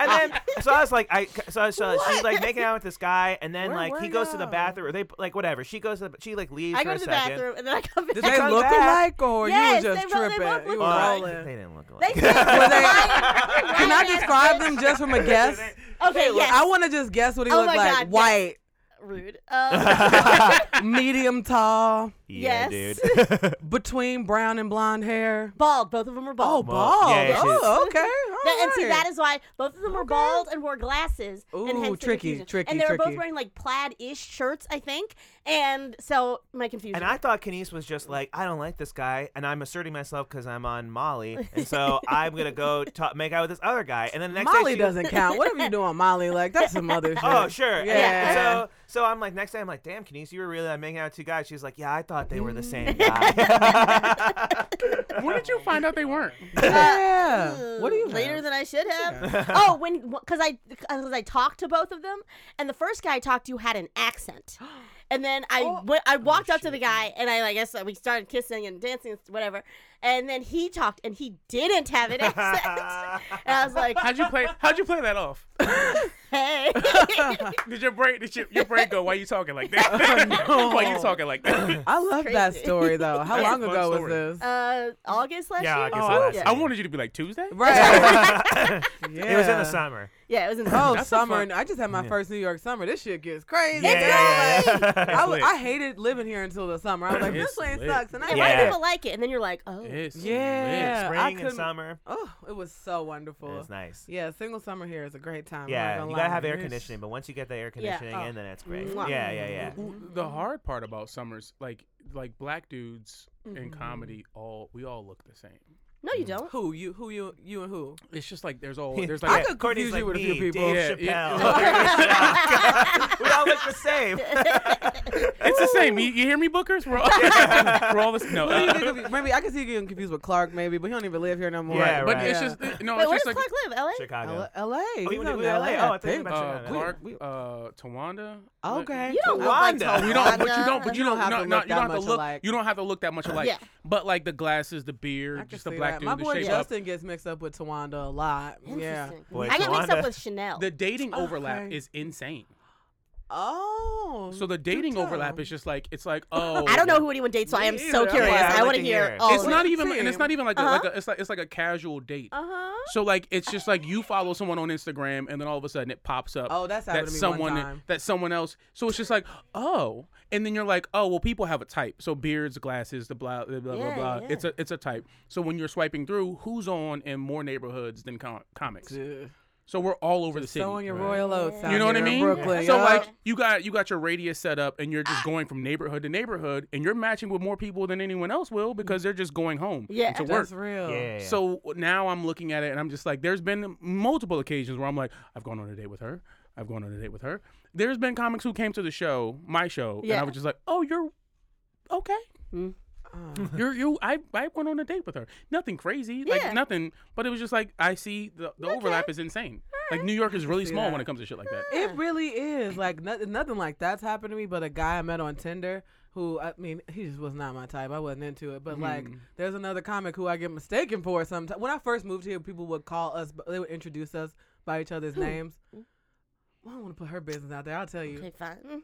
and then so I was like, I so, I- so she's like making out with this guy, and then Where like he were goes to the y'all? bathroom, or they like whatever. She goes to the, she like leaves I for go a to the second. bathroom and then I come back. Did Because they look that- alike or Yes, you were just they both- they tripping? both you look were Well, alike. they rolling. didn't look They alike. did. Can I describe them just from a guess? Okay, Look, yes. I want to just guess what he Oh looked my like. God, yes. White, Rude. Um, medium tall, yeah, Yes. dude. between brown and blonde hair. bald. Both of them are Oh, bald. bald. yeah, she's- oh, okay. That- and see, alright. that is why both of them were bald and wore glasses. and Ooh, hence the tricky, confusion. tricky, And they were both tricky. wearing like plaid-ish shirts, I think. And so my confusion. And I thought Kenise was just like, I don't like this guy, and I'm asserting myself because I'm on Molly, and so I'm gonna go ta make out with this other guy, and then the next day Molly she- doesn't count. Whatever you do on Molly, like that's some other shit. Oh sure, Yeah. yeah. So so I'm like, next day I'm like, damn, Kenise, you were really I'm making out with two guys. She's like, yeah, I thought they were the same guy. When did you find out they weren't? yeah. Ugh, what do you later have? than I should have? oh, when because I because I talked to both of them, and the first guy I talked to had an accent, and then I Oh. went, I walked Oh, up to the guy and I like guess we started kissing and dancing and whatever, and then he talked and he didn't have an accent, and I was like, How'd you play? How'd you play that off? hey, Did your brain? Did your, your brain go? Why you talking like that? Why you talking like that? I love that crazy. story though. How That's a long fun ago was story. this? uh, August last Yeah, year. August Oh, last yeah. year. I wanted you to be like Tuesday. Right. It was in Yeah. the summer. Yeah, it was in the Oh, That's a summer! fun- and I just had my first New York summer. This shit gets crazy. Yeah, yeah, girl. yeah. Like, It's I, was, lit. I hated living here until the summer. I was like, this It's place lit. sucks, and I yeah. Yeah. Why hate do it. people like it? And then you're like, oh, It's Yeah. lit. I Spring and couldn't- summer. Oh, it was so wonderful. It's nice. Yeah, single summer here is a great time. I'm Yeah, not you gonna gotta lie. have air Yes. conditioning, but once you get the air Yeah. conditioning Oh. in, then that's great. Mwah. Yeah, yeah, yeah. Ooh, The hard part about summers, like like black dudes in Mm-hmm. comedy, all we all look the same. no, you don't. Who you? Who you? You and who? It's just like there's all there's I like. could confuse you with a few people. Dave Yeah, Chappelle. we all look the same. it's the same. You, you hear me, Bookers? We're all, we're all the, no. Who do you uh, get confused- maybe I could see you getting confused with Clark, maybe, but he don't even live here no more. Yeah, but right. it's Yeah. just it- no. Wait, it's where just does like Clark live? LA. Chicago. L- uh, L.A. Oh, He's you not went in to LA. Oh, I thought you think. meant uh, Chicago. Clark, we- uh, Tawanda. like- Oh, Okay. You don't Cool. look like Wanda. Tom We don't, but you Wanda. don't, but you don't, have to no, no, look you that don't have to much look. alike. You don't have to look that much alike. Yeah. But like the glasses, the I beard, can just the see black that. dude, My the boy shape up. Justin gets mixed up with Tawanda a lot. Yeah. Interesting. Boy, I get mixed up Tawanda. with Chanel. The dating overlap Okay. is insane. Oh. So the do dating tell. overlap is just like it's like oh I don't know who anyone dates, so I am so either. curious. Yeah, I'd I like want to to hear hear it. all. It's not even and it's Same. Uh-huh. not even like a, Uh-huh. like a, it's like it's like a casual date. Uh huh. So like it's just like you follow someone on Instagram and then all of a sudden it pops up. Oh, that's happened that to me one someone time. that someone else. So it's just like oh, and then you're like oh well people have a type. So beards, glasses, the blah blah blah Yeah, blah. blah. yeah. It's a it's a type. So when you're swiping through, who's on in more neighborhoods than com- comics? Dude. So we're all over the city. Sowing your royal oats. out You know what I here in mean? Brooklyn. Ah. So yeah. like you got you got your radius set up and you're just going from neighborhood to neighborhood and you're matching with more people than anyone else will because they're just going home Yeah, and to work. that's real. Yeah. So now I'm looking at it and I'm just like, there's been multiple occasions where I'm like, I've gone on a date with her. I've gone on a date with her. There's been comics who came to the show, my show, and Yeah. I was just like, oh, you're okay. Oh. You're you. I I went on a date with her. Nothing crazy, Yeah. like nothing. But it was just like I see the, the overlap is insane. Like New York is really see small that. when it comes to shit like that. It really is. Like nothing, nothing like that's happened to me. But a guy I met on Tinder, who I mean, he just was not my type. I wasn't into it. But like, there's another comic who I get mistaken for sometimes. When I first moved here, people would call us. They would introduce us by each other's names. Well, I don't want to put her business out there. I'll tell you. Okay, fine.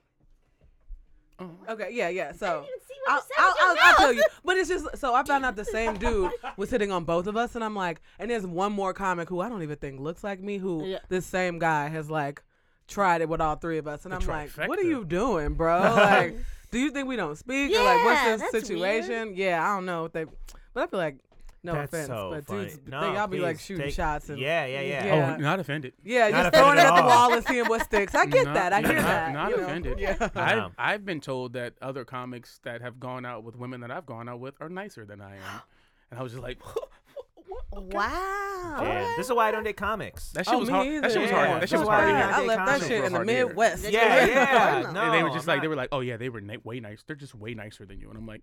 Okay, yeah, yeah. So I even see what you said I'll, with your I'll- I'll tell mouth. you. But it's just so I found out the same dude was hitting on both of us, and I'm like, and there's one more comic who I don't even think looks like me, who Yeah. this same guy has like tried it with all three of us, and I'm like, what are trifecta. you doing, bro? Like, do you think we don't speak or like Yeah, what's this that's situation? Yeah, I don't know. What they, but I feel like no That's offense, so but funny. dudes, No, think I'll be like please shooting take- shots and Yeah, yeah, yeah. Yeah. Oh, not offended. yeah, Not just throwing it offended at at the all. wall and seeing what sticks. I get Not- that. I hear not, that. Not you know? offended. Yeah. I've, No. I've been told that other comics that have gone out with women that I've gone out with are nicer than I am. And I was just like, Wow. Yeah. This is why I don't date comics. That shit Oh, was me hard. That shit was either. hard. That shit Yeah. was hard. to Yeah. hear. I They left that constantly shit were in the hard to hear. Midwest. Yeah, yeah. No. And they were No, just I'm like, they not- were like, oh yeah, they were na- way nice. They're just way nicer than you. And I'm like,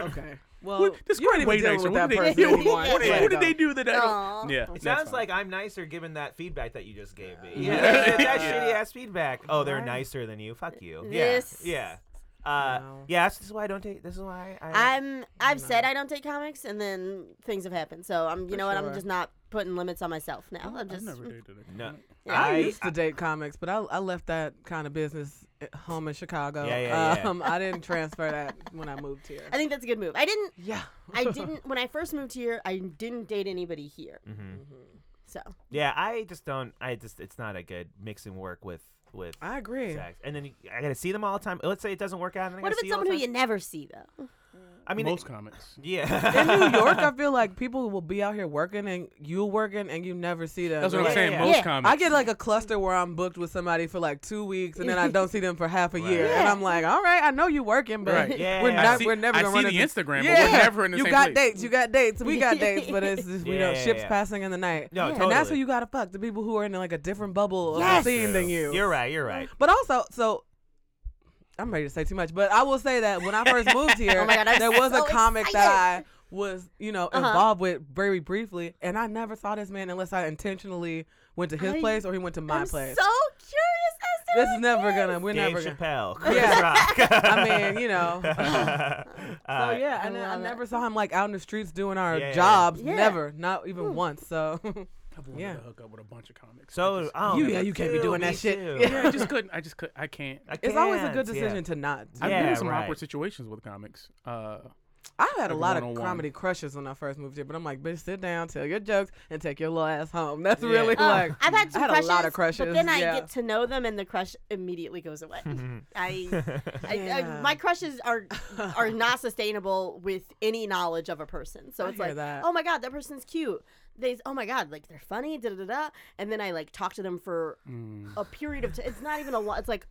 okay. Well, what? this Oh, you ain't great way even dealing nicer. with What that did they person do? anymore. What did- Yeah. what did they do that? I Aw. don't- Yeah, It that's sounds fine. like I'm nicer given that feedback that you just gave me. Yeah. that that Yeah. shitty ass feedback. Oh, they're Right. nicer than you. Fuck you. This- Yeah. Yeah. Uh, No. Yeah. This is why I don't take. This is why I. I'm. I've said I don't take comics, and then things have happened. So I'm. You know what? I'm sure. Oh, just not putting limits on myself now. I'm I've just. never dated a no. I, I- used to date comics, but I, I left that kind of business at home in Chicago. Yeah, yeah, yeah. Um, I didn't transfer that when I moved here. I think that's a good move. I didn't. Yeah. I didn't. When I first moved here, I didn't date anybody here. So Yeah. I just don't. I just. It's not a good mixing work with with. I agree. sex. And then you, I gotta see them all the time. Let's say it doesn't work out. And I what gotta if see it's someone all who the you time. never see though? I mean, most it- comics. yeah. In New York, I feel like people will be out here working and you working and you never see them. That's what I'm Like, saying. yeah. Most Yeah. comics. I get like a cluster where I'm booked with somebody for like two weeks and then I don't see them for half a year. Yeah. And I'm like, all right, I know you working, but Right. Yeah. we're I not see- we're never I gonna see run the into- Instagram, but we're never in the you same got place. dates, you got dates, we got dates, but it's just, you know, Yeah, ships yeah. passing in the night. No, And that's who totally. you gotta fuck, the people who are in like a different bubble Yes. of the scene than you. You're right. You're right. But also, so I'm ready to say too much, but I will say that when I first moved here, Oh my God, I'm there was so a comic that excited. I was, you know, Uh-huh. involved with very briefly, and I never saw this man unless I intentionally went to his I- place or he went to my I'm place. so curious as to this who is never it gonna. is. We're Dave never gonna. Chappelle. Chris Yeah. Rock. I mean, you know. so Uh, yeah, I and then I love it. never saw him like out in the streets doing our Yeah, yeah, yeah. jobs. Yeah. Hmm. Never, not even once. So I've wanted Yeah. to hook up with a bunch of comics. I So just- oh, You- me yeah, you can't be too, doing that me shit. too. yeah, I just couldn't. I just could. I can't. I it's always a good can't, decision to not. I've been Yeah, in some right. awkward situations with comics. Uh, I've had Like a lot of 101. comedy crushes when I first moved here, but I'm like, bitch, sit down, tell your jokes, and take your little ass home. That's Yeah. really Oh, like I've had, I some had crushes, a lot of crushes. but then I yeah. get to know them, and the crush immediately goes away. I, I, I, Yeah. my crushes are are not sustainable with any knowledge of a person. So I it's hear like, that. oh my god, that person's cute. They, oh my god, like they're funny, da da da da. And then I like talk to them for mm. a period of time. It's not even a lot. It's like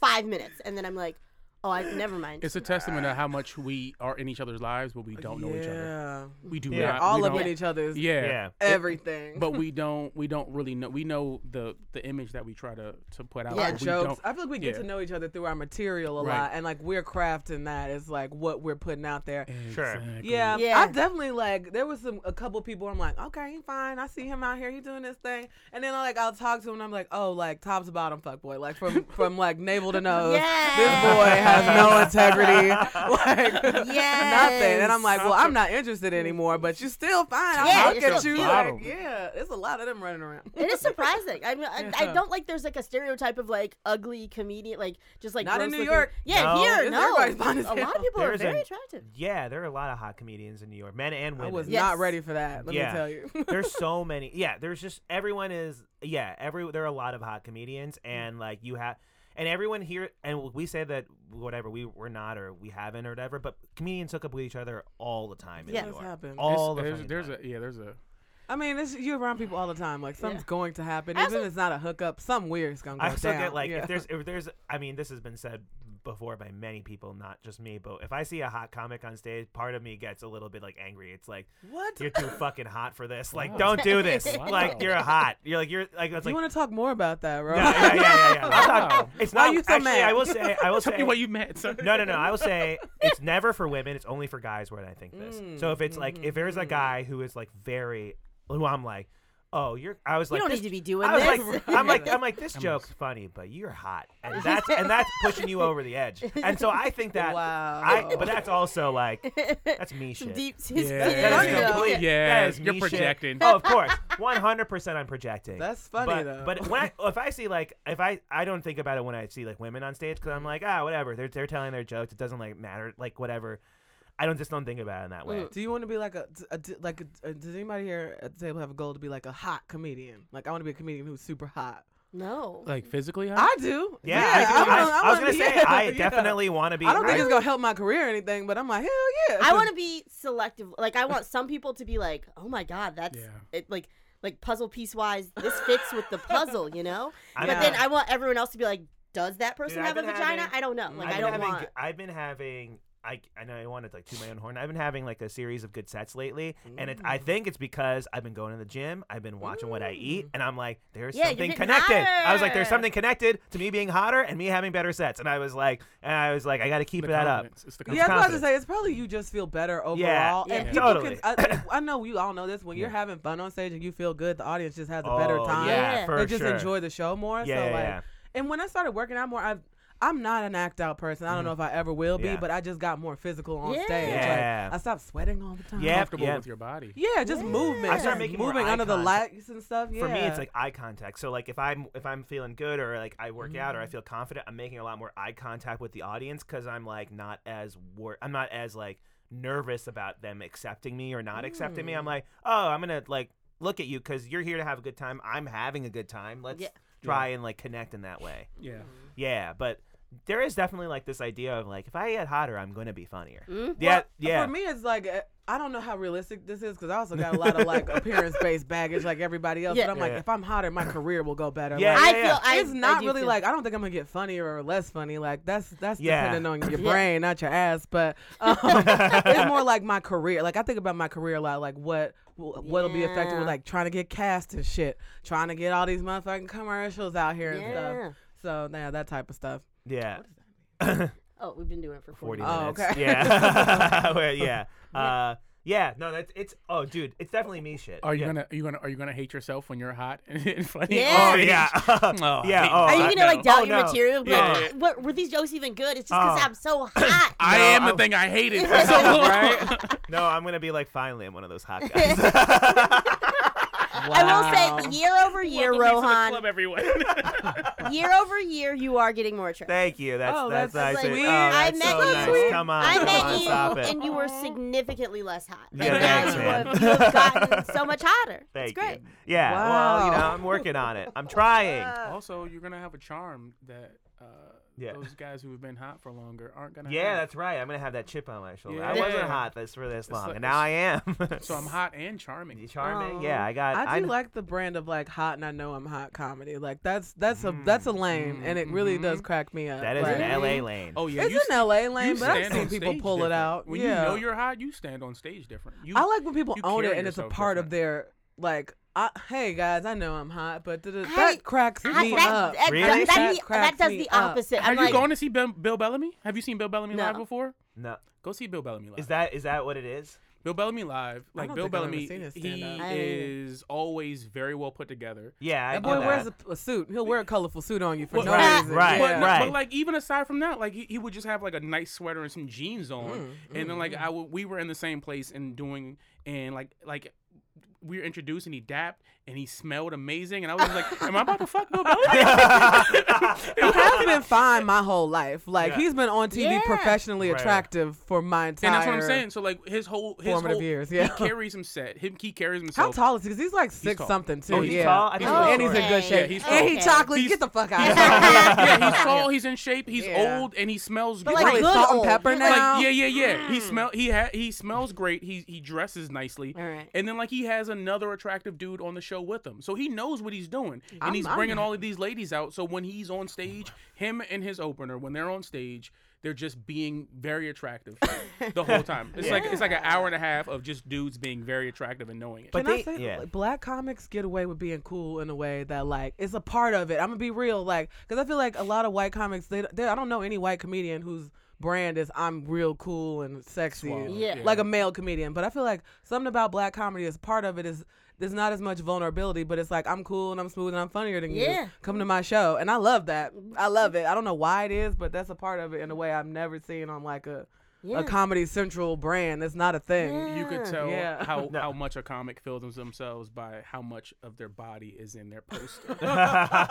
five minutes, and then I'm like, oh, I never mind. It's a testament of how much we are in each other's lives, but we don't know each other. Yeah. We do Yeah. not. we All up don't- in each other's Yeah. Yeah. everything. But we don't. We don't really know. We know the the image that we try to to put out. Yeah, but we jokes. don't- I feel like we get yeah. to know each other through our material a Right. lot, and like we're crafting that is like what we're putting out there. Sure. Exactly. Yeah, Yeah. I definitely like there was some a couple people I'm like, okay, he fine. I see him out here, he doing this thing, and then like I'll talk to him and I'm like, oh, like top to bottom, fuck boy, like from from like navel to nose, this boy has no Yes. integrity, like nothing, and I'm Yes. like, well, I'm not interested anymore, but you still fine. I'll Yeah, look you're at still you, cute. like, Bottom. yeah, there's a lot of them running around. It is surprising. I, mean, I, I Yeah. don't like. There's like a stereotype of like ugly comedian, like just like Not in gross New looking- York. Yeah, No. here, It's no. everybody's fine as A lot hell. of people There are is very a- attractive. Yeah, there are a lot of hot comedians in New York, men and I women. was Yes. not ready for that. Let Yeah. me tell you. there's so many. Yeah, there's just everyone is. Yeah, every there are a lot of hot comedians, Mm. and like you have, and everyone here, and we say that whatever we we're not or we haven't or whatever, but comedians hook up with each other all the time. In Yeah. New That's York. happened. All the There's, fucking there's time. a yeah. There's a I mean, it's, you're around people all the time. Like something's Yeah. going to happen. I Even also- if it's not a hookup, something weird's gonna go I still down. get like Yeah. if there's if there's I mean this has been said before by many people, not just me, but if I see a hot comic on stage, part of me gets a little bit like angry. It's like what you're too fucking hot for this. Like Wow. don't do this. Wow. Like you're hot. You're like you're like it's you like. want to talk more about that, bro? yeah, yeah, yeah, yeah, yeah. I'm not- Wow. it's Why not are you so actually, mad? I will say. I will tell say. me why you mad. Son. no, no, no. I will say it's never for women. It's only for guys. When I think this. so if it's like if there's a guy who is like very, who I'm like, oh, you're. I was You like, don't this- need to be doing I was this. like, I'm like, I'm like, this joke's funny, but you're hot, and that's and that's pushing you over the edge. And so I think that, Wow. I, but that's also like, that's me shit. Deep That is Yeah. complete. Yeah, that is you're me shit. projecting. Oh, of course, 100. percent I'm projecting. That's funny but, though. But when I, if I see like, if I, I don't think about it when I see like women on stage because I'm like, ah, whatever. They're they're telling their jokes. It doesn't like matter. Like whatever. I don't just don't think about it in that way. do you want to be like a, a like a, does anybody here at the table have a goal to be like a hot comedian? Like I want to be a comedian who's super hot. No. Like physically, hot? I do. Yeah, I, I, do. wanna- I- I was wanna- gonna say yeah, I yeah. definitely want to be. I don't think I- it's gonna help my career or anything, but I'm like hell yeah. I want to be selective. Like I want some people to be like, "Oh my god, that's Yeah. it, like like puzzle piece wise, this fits with the puzzle," you know? I'm But not- then I want everyone else to be like, "Does that person I've have a been vagina?" having- I don't know. Like I've I been don't having, want I've been having I, I know I wanted to like toot my own horn. I've been having like a series of good sets lately, and it, I Mm. think it's because I've been going to the gym. I've been watching what I eat, and I'm like, there's Mm. Yeah, you're something getting connected. I was like, there's hotter. something connected to me being hotter and me having better sets. And I was like, and I was like, I got to keep The that up. confidence. It's the Yeah, I was about to confidence. say it's probably you just feel better overall. yeah, and people totally. Can, I, I know you all know this. When you're having fun on stage and you feel good, the audience just has a better Oh, time. Yeah, Yeah. for they just sure. enjoy the show more. Yeah, so yeah, like, yeah. and when I started working out more, I I'm not an act out person. I don't know if I ever will be, Mm-hmm. Yeah. but I just got more physical on Yeah. stage. Like, Yeah. I stopped sweating all the time. Yeah, comfortable yeah. with your body. Yeah, just movement. I started just making more moving eye under the contact. lights and stuff. Yeah. for me it's like eye contact so like if i'm if i'm feeling good or like i work out or i Mm-hmm. feel confident i'm making a lot more eye contact with the audience because i'm like not as wor- i'm not as like nervous about them accepting me or not accepting Mm. me i'm like oh i'm gonna like look at you because you're here to have a good time i'm having a good time let's Yeah. try and like connect in that way Mm-hmm. Yeah. yeah but there is definitely like this idea of like if i get hotter i'm gonna be funnier Mhm. yeah Mm-hmm. Well, yeah For me, it's like uh, I don't know how realistic this is because I also got a lot of like appearance-based baggage, like everybody else. Yeah. But I'm like, Yeah. if I'm hotter, my career will go better. Yeah, Like, I yeah, feel yeah. I, it's I not do really feel- like I don't think I'm gonna get funnier or less funny. Like that's that's Yeah. depending on your Yeah. brain, not your ass. But um, it's more like my career. Like I think about my career a lot. Like what wh- what'll be effective Yeah. with like trying to get cast and shit, trying to get all these motherfucking commercials out here and Yeah. stuff. So yeah, that type of stuff. yeah Oh, we've been doing it for 40 40 Oh, minutes. okay. Yeah. Well, yeah. Uh, yeah. No, that's it's. Oh, dude, it's definitely me shit. Are you yeah. gonna are you gonna are you gonna hate yourself when you're hot and funny? Yeah. Oh yeah. Oh, yeah. hey. Oh, Are you I- gonna no. like doubt Oh, your no. material? Be Yeah. Like, what were these jokes even good? It's just because Oh. I'm so hot. I No, am the I'm- thing I hated. Yeah. So- No, I'm gonna be like, finally, I'm one of those hot guys. I will say, year over year, Welcome me to the Rohan, club, everyone. year over year, you are getting more attractive. Thank you. That's Oh, that's, that's nice. sweet. Oh, I that's met so you. nice. Come on, I come met on, you, stop it. and you were significantly less hot. Yeah, and thanks, now man. you have, you have gotten so much hotter. Thank it's great. you. Yeah. Well, you know, Wow. I'm working on it. I'm trying. also, you're gonna have a charm that uh, Yeah. those guys who have been hot for longer aren't gonna. Yeah, have. that's right. I'm gonna have that chip on my shoulder. I Yeah. wasn't hot this for this long, like- and now I am. so I'm hot and charming. charming. yeah, I got. I do kn- like the brand of like hot and I know I'm hot comedy. Like that's that's a that's a lane, and it really does crack me up. Mm-hmm. that is like, an LA lane. Oh yeah, It's Mm-hmm. you s- an LA lane, you but I've stand seen on people stage pull different. it out. When yeah. you know you're hot, you stand on stage different. You, I like when people you own it carry and it's a yourself part of different. their like. I, hey guys, I know I'm hot, but da- da- I- that cracks I- me that, up. that- Really? that- that- That cracks that does me the up. opposite. Have I'm you like, gone to see Bill, Bill Bellamy? Have you seen Bill Bellamy live No. before? no. Go see Bill Bellamy live. Is that is that what it is? Bill Bellamy live? Like don't Bill think I've ever Bellamy, seen his he stand-up. I- is always very well put together. Yeah, I that know boy that. wears a, a suit. He'll wear a colorful suit on you for Well, no right, reason. right, but, yeah. no- right. but like even aside from that, like he, he would just have like a nice sweater and some jeans on, Mm, and then like I w- we were in the same place and doing and like like we were introduced and he dapped and he smelled amazing and I was like, am I about to fuck Bill He Bellamy? has been fine my whole life. Like Yeah. he's been on TV Yeah. professionally Right. attractive for my entire. And that's what I'm saying. So like his whole his Formative whole, years, yeah. he carries himself. Him he carries himself. How tall is he? Because he's like six tall. something too. Oh, he's yeah. tall? I didn't And- know and he's in good that. shape. Yeah, he's and tall. he chocolate. He's- Get the fuck out. He's of tall. here. yeah, he's tall. He's in shape. He's Yeah. old, and he smells But, great. like, Probably good salt old. and pepper Like, now. Like, yeah, yeah, yeah. He smell. He ha- He smells great. He he dresses nicely. All right. And then like he has another attractive dude on the show with him, so he knows what he's doing, and I'm- he's I'm bringing not- all of these ladies out. So when he's on stage, him and his opener, when they're on stage, they're just being very attractive the whole time. It's like it's like an hour and a half of just dudes being very attractive and knowing it. But- Can I they- say yeah. like, black comics get away with being cool in a way that like it's a part of it. I'm gonna be real, like because I feel like a lot of white comics, they, they I don't know any white comedian whose brand is I'm real cool and sexy, Suave, Yeah. yeah. like a male comedian. But I feel like something about black comedy is part of it is. There's not as much vulnerability, but it's like I'm cool and I'm smooth and I'm funnier than Yeah. you. Come to my show, and I love that. I love it. I don't know why it is, but that's a part of it in a way I've never seen on like a Yeah. a Comedy Central brand. That's not a thing. you could tell Yeah. how, No. how much a comic fills themselves by how much of their body is in their poster.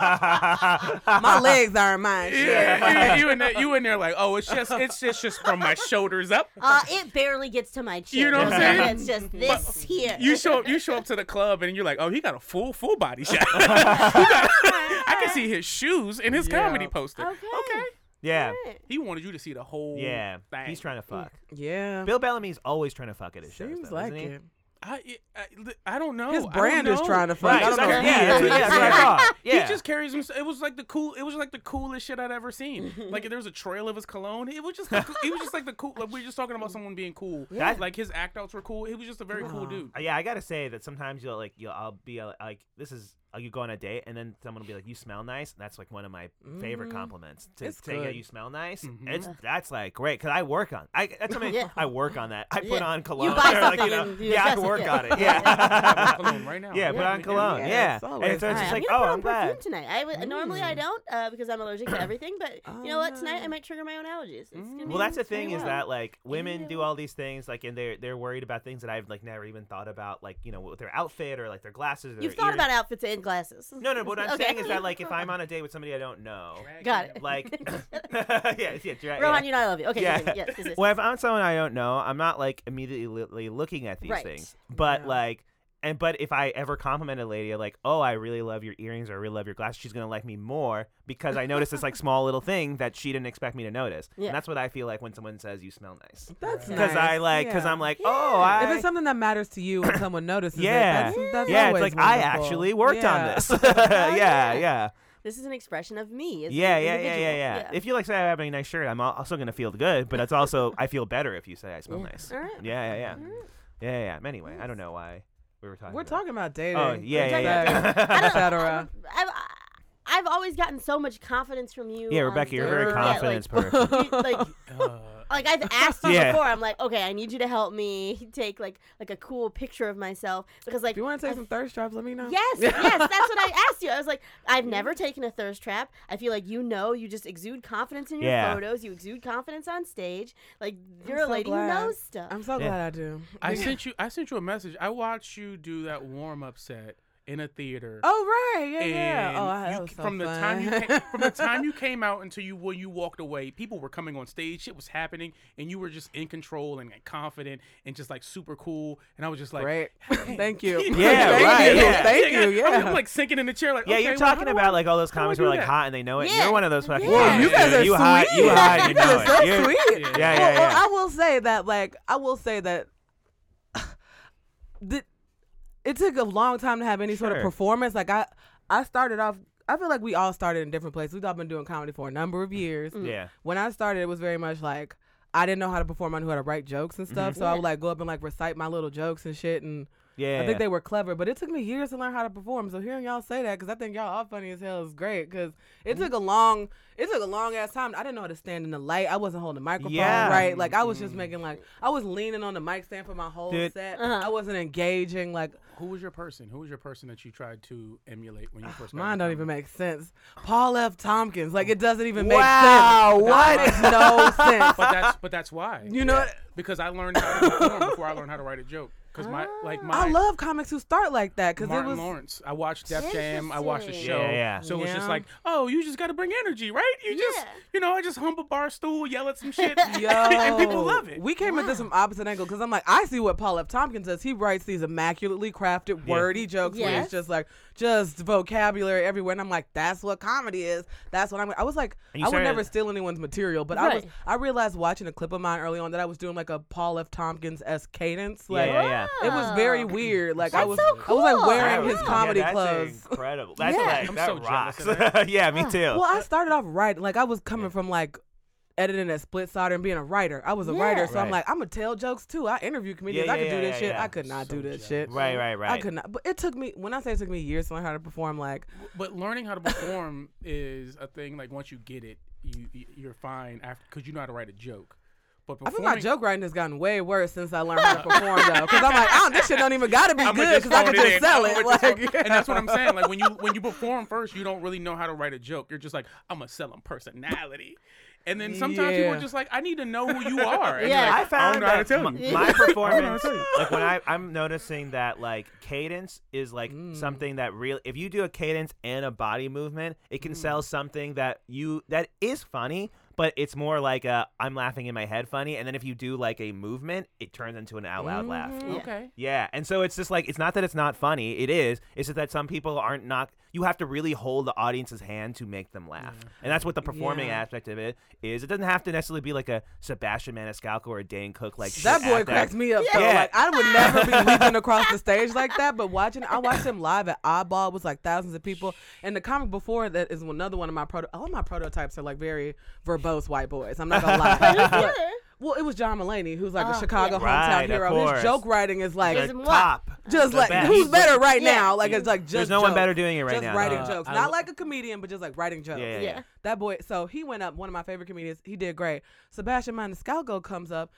My legs are in mine. Shit. Yeah, you, you in there, you in there like, oh, it's just, it's just, just from my shoulders up. Uh, it barely gets to my chin. You know what I'm saying? It's just this here. You show up, you show up to the club, and you're like, oh, he got a full, full body shot. He got- I can see his shoes in his comedy poster. Okay. yeah, He wanted you to see the whole. yeah. thing. He's trying to fuck. Yeah. Bill Bellamy's always trying to fuck at his shows. Seems though, like isn't he? it. I, I, I don't know. His brand is trying to fuck. Right, I don't know. exactly. who he yeah, is. that's what- yeah, that's what I thought. Yeah. He just carries himself. It was like the cool. It was like the coolest shit I'd ever seen. like there was a trail of his cologne. It was just. The, coo- it was just like the cool. Like we were just talking about someone being cool. That- Like his act outs were cool. He was just a very cool Wow. dude. Uh, yeah, I gotta say that sometimes you'll like you'll I'll be uh, like this is uh, you go on a date and then someone will be like you smell nice. And that's like one of my favorite compliments to It's say yeah, good. you smell nice. Mhm. It's that's like great because I work on I that's what I, mean, Yeah. I work on that. I put Yeah. on cologne. buy or, like, something know, and you yeah, I adjust it, work yeah. on it. I Yeah. have Yeah. my cologne right now. Yeah, put on cologne. Yeah, Yeah, it's and always- so it's just Alright, like, I'm oh, gonna I'm put on perfume glad. Mm. tonight. I would- normally I don't uh, because I'm allergic to everything. But you know what? Tonight I might trigger my own allergies. It's gonna Oh. Well, be- that's the it's gonna be thing is wild. that like women do all these things like and they're they're worried about things that I've like never even thought about like you know with their outfit or like their glasses. Or you've their thought ear- about outfits and glasses. No, no. But what I'm Okay. saying is that like if I'm on a date with somebody I don't know, Got it. like yeah, yeah, dra- yeah. Rohan, you know I love you. Okay, Yeah. continue. yes, yes, yes. Well, if I'm someone I don't know, I'm not like immediately li- looking at these Right. things. But Yeah. like, and but if I ever compliment a lady, like, oh, I really love your earrings, or I really love your glasses, she's gonna like me more because I noticed this like small little thing that she didn't expect me to notice. Yeah. And that's what I feel like when someone says you smell nice, That's because nice. I like, because Yeah. I'm like, oh, I. If it's something that matters to you and someone notices it, yeah, that's, that's yeah. It's always like I wonderful. actually worked on Yeah. this. yeah, yeah. This is an expression of me. as Yeah, an yeah, yeah, yeah, individual. yeah. If you like say I have a nice shirt, I'm al- also gonna feel good, but it's also I feel better if you say I smell nice. All right. Yeah, yeah, yeah, yeah, yeah, yeah. Anyway, I don't know why we were talking. We're about- talking about dating. Oh yeah, yeah, talking yeah. I Et don't know. cetera. I've, I've always gotten so much confidence from you. yeah, on Rebecca, you're a dates. very Yeah, like- confident person. you- like Uh, like I've asked you Yeah. before. I'm like, okay, I need you to help me take like like a cool picture of myself because like If you want to I- take some thirst drops, let me know. Yes, yes, that's what I asked you. I was like, I've never taken a thirst trap. I feel like you know, you just exude confidence in your Yeah. photos. You exude confidence on stage. Like you're I'm a so lady glad. who knows stuff. I'm so Yeah. glad I do. I sent you. I sent you a message. I watched you do that warm up set in a theater. Oh right, yeah, And yeah. Oh, I, you- that was so from the fun. time you came, from the time you came out until you when you walked away, people were coming on stage. Shit was happening, and you were just in control and like, confident and just like super cool. And I was just like, Great. Thank you. Yeah, Thank right, You. yeah. Thank you. Yeah. I'm, I'm, like sinking in the chair. Like, Yeah, okay, you're well, talking how do I- about like all those how do I comics do who are like that? hot and they know it. Yeah. You're one of those fucking Whoa, comics, you dude. guys are you hot, you sweet. hot, you know You're it. so You're- sweet. Yeah. Yeah, Well, yeah, yeah. I will say that, like, I will say that, the, it took a long time to have any sort of Sure. performance. Like, I, I started off. I feel like we all started in different places. We've all been doing comedy for a number of years. Yeah. When I started, it was very much like I didn't know how to perform. I knew how to write jokes and stuff. So I would like go up and like recite my little jokes and shit. And Yeah, I think yeah. they were clever, but it took me years to learn how to perform. So hearing y'all say that, because I think y'all are funny as hell, is great. Because it took a long, it took a long ass time. I didn't know how to stand in the light. I wasn't holding the microphone Yeah. right. Like I was just making like I was leaning on the mic stand for my whole Dude. set. I wasn't engaging. Like Who was your person? Who was your person that you tried to emulate when you first? Ah, mine don't even make sense. Paul F. Tompkins. Like it doesn't even Wow, make sense. what? That makes no sense. But that's but that's why You know what? because I learned how to perform before I learned how to write a joke. Because my like my I love comics who start like that because it Martin was. Lawrence. I watched Def Jam. I watched the Interesting. show. Yeah, yeah. So it's Yeah. just like, oh, you just got to bring energy, right? You just, Yeah. you know, I just hump a bar stool, yell at some shit, Yo, and people love it. We came at this from opposite angle because I'm like, I see what Paul F. Tompkins does. He writes these immaculately crafted, wordy jokes where Yes. it's just like just vocabulary everywhere, and I'm like, that's what comedy is. That's what I'm. I was like, And you I would started- never steal anyone's material, but I was. Right. I realized watching a clip of mine early on that I was doing like a Paul F. Tompkins esque cadence. Like yeah, yeah. it was very Oh. weird. Like I That's was. so I was cool. like wearing Yeah, his comedy that's clothes. Incredible. That's Yeah. like I'm that so jealous rocks. of that. yeah, me too. Well, I started off writing. Like I was coming from like editing at Split Solder and being a writer. I was a writer, Yeah. so I'm Right. like, I'm gonna tell jokes too. I interview comedians. Yeah, I could yeah, do yeah, this yeah, shit. yeah. I could not So do this jealous. shit. Right, right, right. I could not. But it took me. When I say it took me years to learn how to perform, like But learning how to perform is a thing. Like once you get it, you you- you're fine after because you know how to write a joke. But I feel performing, my joke writing has gotten way worse since I learned how to perform though. Because I'm like, oh, this shit don't even gotta be I'ma good because I phone could just in. sell I'ma it. just phone- Like, and that's what I'm saying. Like when you when you perform first, you don't really know how to write a joke. You're just like, I'm gonna sell them personality. And then sometimes people Yeah. are just like, I need to know who you are. And you're Yeah. like, I found know how to that tell my, you. my performance, tell you. like when I, I'm noticing that like cadence is like Mm. something that real. If you do a cadence and a body movement, it Mm. can sell something that you that is funny, but it's more like a I'm laughing in my head funny. And then if you do like a movement, it turns into an out loud laugh. Mm-hmm. Yeah. okay. Yeah, and so it's just like it's not that it's not funny. It is. It's just that some people aren't not. you have to really hold the audience's hand to make them laugh, and that's what the performing Yeah. aspect of it is. It doesn't have to necessarily be like a Sebastian Maniscalco or a Dane Cook like shit that boy act cracks act. me up. Yeah. though. Like I would never be leaping across the stage like that. But watching, I watched him live at Oddball with like thousands of people. And the comic before that is another one of my proto. All my prototypes are like very verbose white boys. I'm not gonna lie. But- well, it was John Mulaney, who's like a Chicago hometown Right, of hero. course. His joke writing is like The Isn't what? top. just the like best. who's better right Yeah. now? Like it's like just There's no one jokes. better doing it right just now. writing Uh, jokes, I not lo- like a comedian, but just like writing jokes. Yeah, yeah, Yeah. That boy. So he went up. One of my favorite comedians. He did great. Sebastian Maniscalco comes up.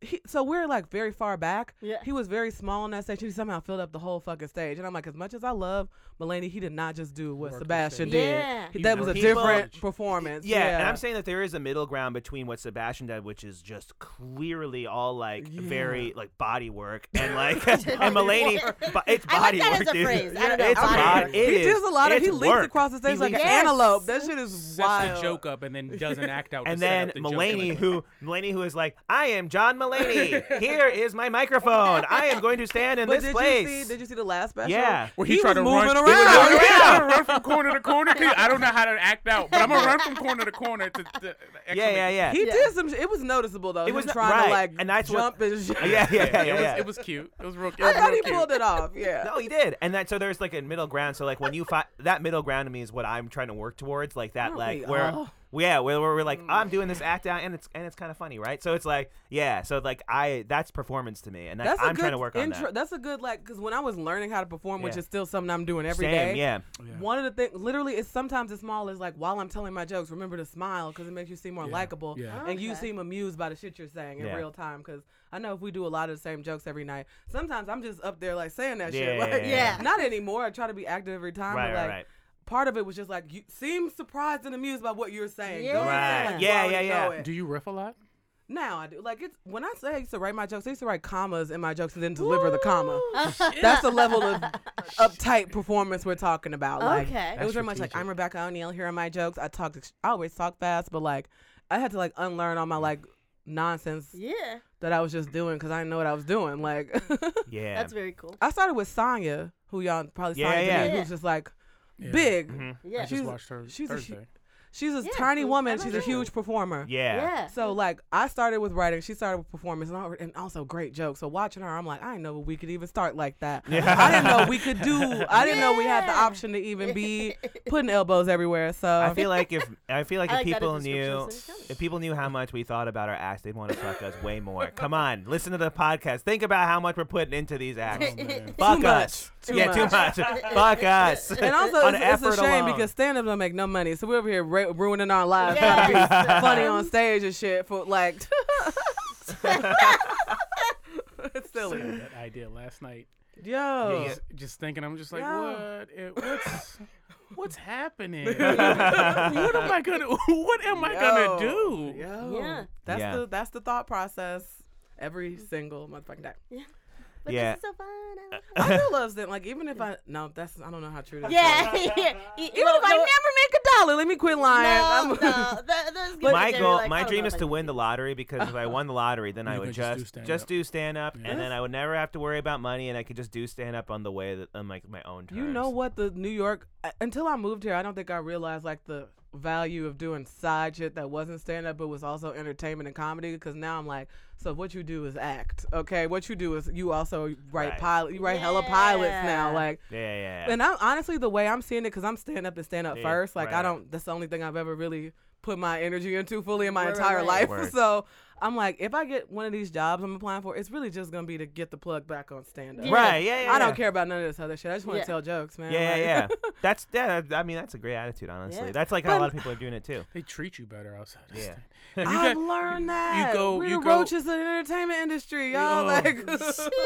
He, so we're like very far back. Yeah. He was very small on that stage. He somehow filled up the whole fucking stage. And I'm like, as much as I love Mulaney, he did not just do what Work the Sebastian stage. did. Yeah. He- that He was a worked the different stage. performance. Yeah, Yeah, and I'm saying that there is a middle ground between what Sebastian did, which is just clearly all like very like body work, and like and Mulaney, but it's I like body that work, as a dude. phrase. I don't know, It's body bod- work. it he is- does a lot of. it's He leaps work. across the stage He like leaps- an Yes. antelope. That shit is Sets wild. the joke up and then doesn't act out. the And then setup, joke in Mulaney, like- who Mulaney, who is like, I am John Mulaney. Here is my microphone. I am going to stand in But this did place. you see? Did you see the last special? Yeah. where he, He tried was to moving run, around. He was He was he tried to around. run from corner to corner. 'cause I don't know how to act out, but I'm gonna run from corner to corner to. to, to yeah, yeah, actually- yeah. He Yeah. did some. sh- It was noticeable though. It He was was not- trying right, to like and that's what- jump and shit. yeah, yeah, yeah, It, yeah. Was, it was cute. It was real. It I was thought real he cute. pulled it off. Yeah. No, he did, and that so there's like a middle ground. So like when you find that middle ground to me is what I'm trying to work towards, like that, Aren't like we where, all? yeah, where, where we're like Mm. I'm doing this act out, and it's and it's kind of funny, right? So it's like yeah, so like I that's performance to me, and that's, That's a I'm good trying to work on intro. that. That's a good like because when I was learning how to perform, which Yeah. is still something I'm doing every Same, day. yeah. Yeah. One of the things, literally, it's sometimes as small as like while I'm telling my jokes, remember to smile because it makes you seem more Yeah, likable, yeah. and you Okay. seem amused by the shit you're saying in Oh, Yeah. real time. Because I know if we do a lot of the same jokes every night, sometimes I'm just up there like saying that shit. Yeah, Like, yeah, yeah. Yeah. Not anymore. I try to be active every time. Right, but, right, like, right. Part of it was just like you seem surprised and amused by what you're saying. Don't Yeah. say, Right. you Yeah, already yeah, know yeah. it. Do you riff a lot? Now I do. Like it's when I say I used to write my jokes, I used to write commas in my jokes and then deliver the comma. That's the level of uptight performance we're talking about. Like Okay. it was very much like strategic. I'm Rebecca O'Neill. Here are my jokes. I talk. ex- I always talk fast, but like I had to like unlearn all my like nonsense Yeah. that I was just doing because I didn't know what I was doing. Like Yeah, That's very cool. I started with Sonya, who y'all probably Yeah, Sonya yeah. Mm-hmm. Denise, who's just like Yeah. big. Yeah. I just She's- watched her she's a Thursday. She's a Yeah, tiny who- woman. I She's a don't know. huge performer. yeah, Yeah. So like I started with writing, she started with performance, and, al- and also great jokes. So watching her, I'm like, I didn't know we could even start like that. I didn't know we could do. I didn't know we had the Yeah. option to even be putting elbows everywhere. So I feel like if I feel like I if like that people description knew of City College. if people knew how much we thought about our acts, they'd want to fuck us way more. Come on, listen to the podcast. Think about how much we're putting into these acts. man. fuck Too much. us. Too yeah, too much. much. fuck us. and also, On it's, it's a effort shame alone. because stand up don't make no money. So we're over here ra- ruining our lives trying to be Yes. funny on stage and shit for like. it's silly. That idea last night. Yo. Just, just thinking, I'm just like, Oh. Yeah. what? It, what's what's happening? what am I gonna? What am I gonna Yo. do? Yo. Yeah. That's Yeah. the that's the thought process every single motherfucking day. But Yeah. Uh, this is so fun. I love it. I still love them. Like even if I no, that's I don't know how true that is. Yeah. yeah. E- Even well, if I no, never make a dollar, let me quit lying. No, I'm- no. That, that's good. my goal, "Oh, my dream is to win the lottery because if I won the lottery, then I You would could just do just stand-up. just do stand up, Yeah. and then I would never have to worry about money, and I could just do stand up on the way that on like my own terms. You know what? The New York I- until I moved here, I don't think I realized like the value of doing side shit that wasn't stand up, but was also entertainment and comedy. Because now I'm like, so what you do is act, okay? What you do is you also write Right. pilot, you write hella pilots now, Yeah. like. Yeah, yeah. yeah. And I'm honestly the way I'm seeing it because I'm stand up and stand up Yeah, first. Like right. I don't. That's the only thing I've ever really put my energy into fully in my Right, right, entire right. life. Word. So I'm like, if I get one of these jobs I'm applying for, it's really just gonna be to get the plug back on stand up. Yeah. Right? Yeah, yeah. I don't yeah. care about none of this other shit. I just want to Yeah. tell jokes, man. Yeah, Like- yeah, yeah. that's yeah. that- I mean, that's a great attitude, honestly. Yeah. That's like how a lot of people are doing it too. They treat you better outside. of Yeah. stand- You I've got- learned that. go- We're you the go- roaches of the entertainment industry, y'all. Oh. Like,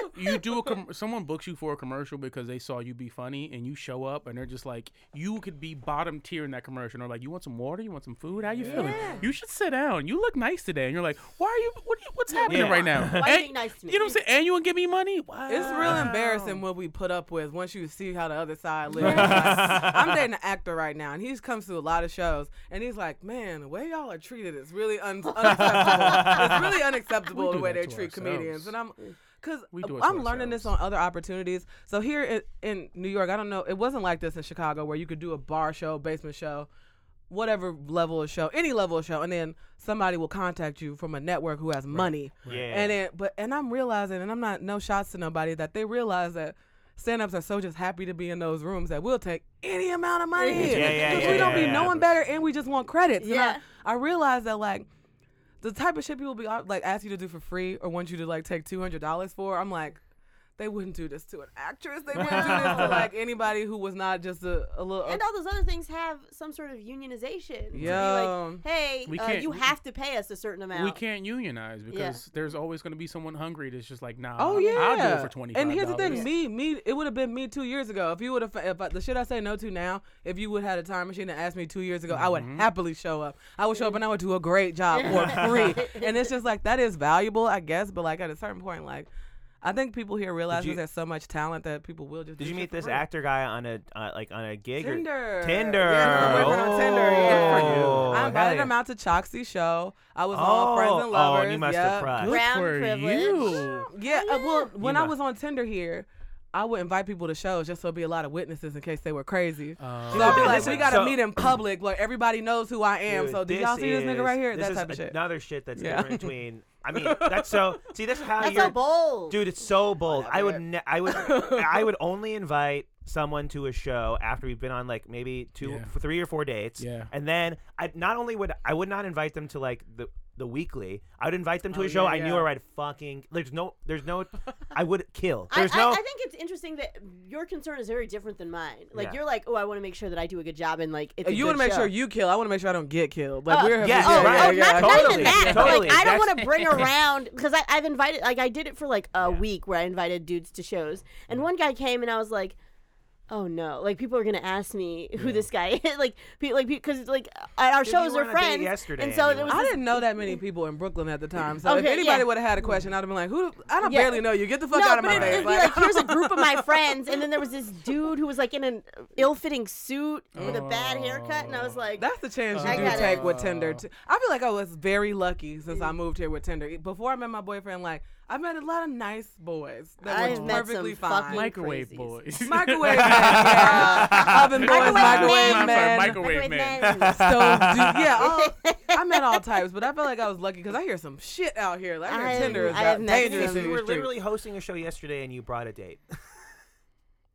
you do a com- someone books you for a commercial because they saw you be funny and you show up and they're just like you could be bottom tier in that commercial and they're like you want some water you want some food how you feeling you should sit down you look nice today and you're like why are you, what are you what's happening Yeah. right now Why are you being nice to me? you know what I'm saying and you want to give me money wow. It's real embarrassing what we put up with once you see how the other side lives. Like, I'm dating an actor right now, and he's comes to a lot of shows, and he's like, "Man, the way y'all are treated is really un- unacceptable. it's really unacceptable We the do way that they to treat ourselves. comedians." And I'm, because We do it to I'm learning this on ourselves. other opportunities. So here in, in New York, I don't know. It wasn't like this in Chicago where you could do a bar show, basement show, whatever level of show, any level of show, and then somebody will contact you from a network who has money. Yeah. And then, but and I'm realizing, and I'm not no shots to nobody that they realize that stand-ups are so just happy to be in those rooms that we'll take any amount of money. Yeah, yeah, 'Cause yeah, we don't yeah, be yeah. knowing better, and we just want credits. Yeah. And I, I realize that like the type of shit people be uh, like ask you to do for free or want you to like take two hundred dollars for. I'm like. They wouldn't do this to an actress. They wouldn't do this to like anybody who was not just a, a little. and all those other things have some sort of unionization. to be Yeah. like, hey, We uh, can't- you have to pay us a certain amount. We can't unionize because there's always going to be someone hungry that's just like, nah. Oh yeah, I'll do it for twenty. And here's the thing, me, me, it would have been me two years ago. If you would have, if I, the shit I say no to now, if you would have had a time machine and asked me two years ago, I would Mm-hmm. happily show up. I would show up and I would do a great job for free. and it's just like that is valuable, I guess. But like at a certain point, like I think people here realize you- that there's so much talent that people will just. Did do you shit meet for this free. actor guy on a uh, like on a gig? or- Tinder. Tinder. Oh, Yeah, we're working on Tinder. Yeah. Oh, Good for you. I invited Hell him out to Choxie's show. I was Oh, all friends and oh, lovers. and you must yep. have cried. Brown for privilege. you. Yeah, uh, well, when I must- was on Tinder here, I would invite people to shows just so it'd be a lot of witnesses in case they were Oh. crazy. Uh, so I'd be like, Listen, we gotta so- meet in public, like everybody knows who I am. Dude, so did y'all see this is- nigga right here? This That is type of shit. Another shit that's Yeah. different between. I mean, that's so. See, this is how That's you're. so bold. Dude, it's so bold. I would, ne- I would, I would only invite someone to a show after we've been on like maybe two, Yeah. f- three or four dates. Yeah. And then I not only would I would not invite them to like the the weekly. I would invite them to Oh, a show yeah, I knew yeah. or I'd fucking. There's no, there's no. I would kill. I, There's I, no. I think it's interesting that your concern is very different than mine. Like Yeah. you're like, oh, I want to make sure that I do a good job and like it's a Oh, you want to make sure you kill. I want to make sure I don't get killed. Like Oh, we're yeah, Oh, right. oh, not, not Totally, even that. totally. Like, I don't That's- want to bring around because I've invited, like, I did it for like a week where I invited dudes to shows, and one guy came and I was like, "Oh no!" Like people are gonna ask me who this guy is, like, pe- like because like at our Dude, you shows were are on a date friends, yesterday and so and you there was I this- didn't know that many people in Brooklyn at the time. So if Okay, anybody yeah. would have had a question, I'd have been like, "Who? do- I don't Yeah. barely know you. Get the fuck no, out of but my it, face." it'd be like, here's a group of my friends, and then there was this dude who was like in an ill-fitting suit with a bad haircut, and I was like, That's the chance you I do gotta- take with Tinder. T- I feel like I was very lucky since Mm-hmm. I moved here with Tinder. Before I met my boyfriend, like I met a lot of nice boys that I've were met some perfectly fucking- fine. microwave crazies. boys. microwave men, yeah. oven boys, Microwave microwave men. I'm sorry, men. microwave man. men. Stove dude, yeah, all, I met all types, but I feel like I was lucky because I hear some shit out here. Like I I- hear Tinder is I out have met dangerous. some- in you these were streets. literally hosting a show yesterday and you brought a date.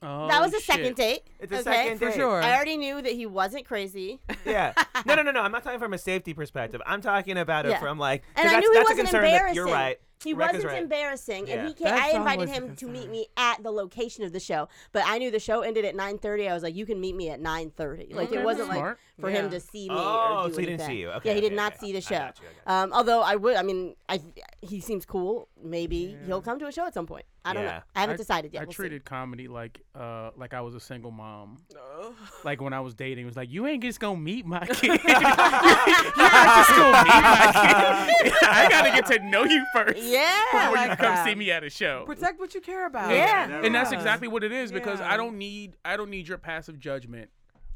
Oh, That was a shit. second date. It's a okay? second for date. sure. I already knew that he wasn't crazy. Yeah. No, no, no, no. I'm not talking from a safety perspective. I'm talking about it Yeah. from like. 'cause And I that's, knew he that's a wasn't concern embarrassing. That you're right. He Rebecca's wasn't right. embarrassing, Yeah. and he came, I That's invited always a him to meet concern. me at the location of the show. But I knew the show ended at 9:30. I was like, "You can meet me at 9:30." Like it Okay, wasn't smart. like for him Yeah. to see me. Oh, or do so he didn't anything. see you. yeah, Okay, he did okay, not okay. see the I show. got you, I Um, although I would, I mean, I he seems cool. Maybe he'll come to a show at some point. I don't know. Yeah. I haven't I- decided yet. I We'll see. treated comedy like uh like I was a single mom. Like when I was dating, it was like you ain't just gonna meet my kid. you ain't just gonna meet my kid. I gotta get to know you first. Yeah. Before I you like come that. see me at a show. Protect what you care about. Yeah. Yeah. And that's Yeah. exactly what it is because Yeah. I don't need I don't need your passive judgment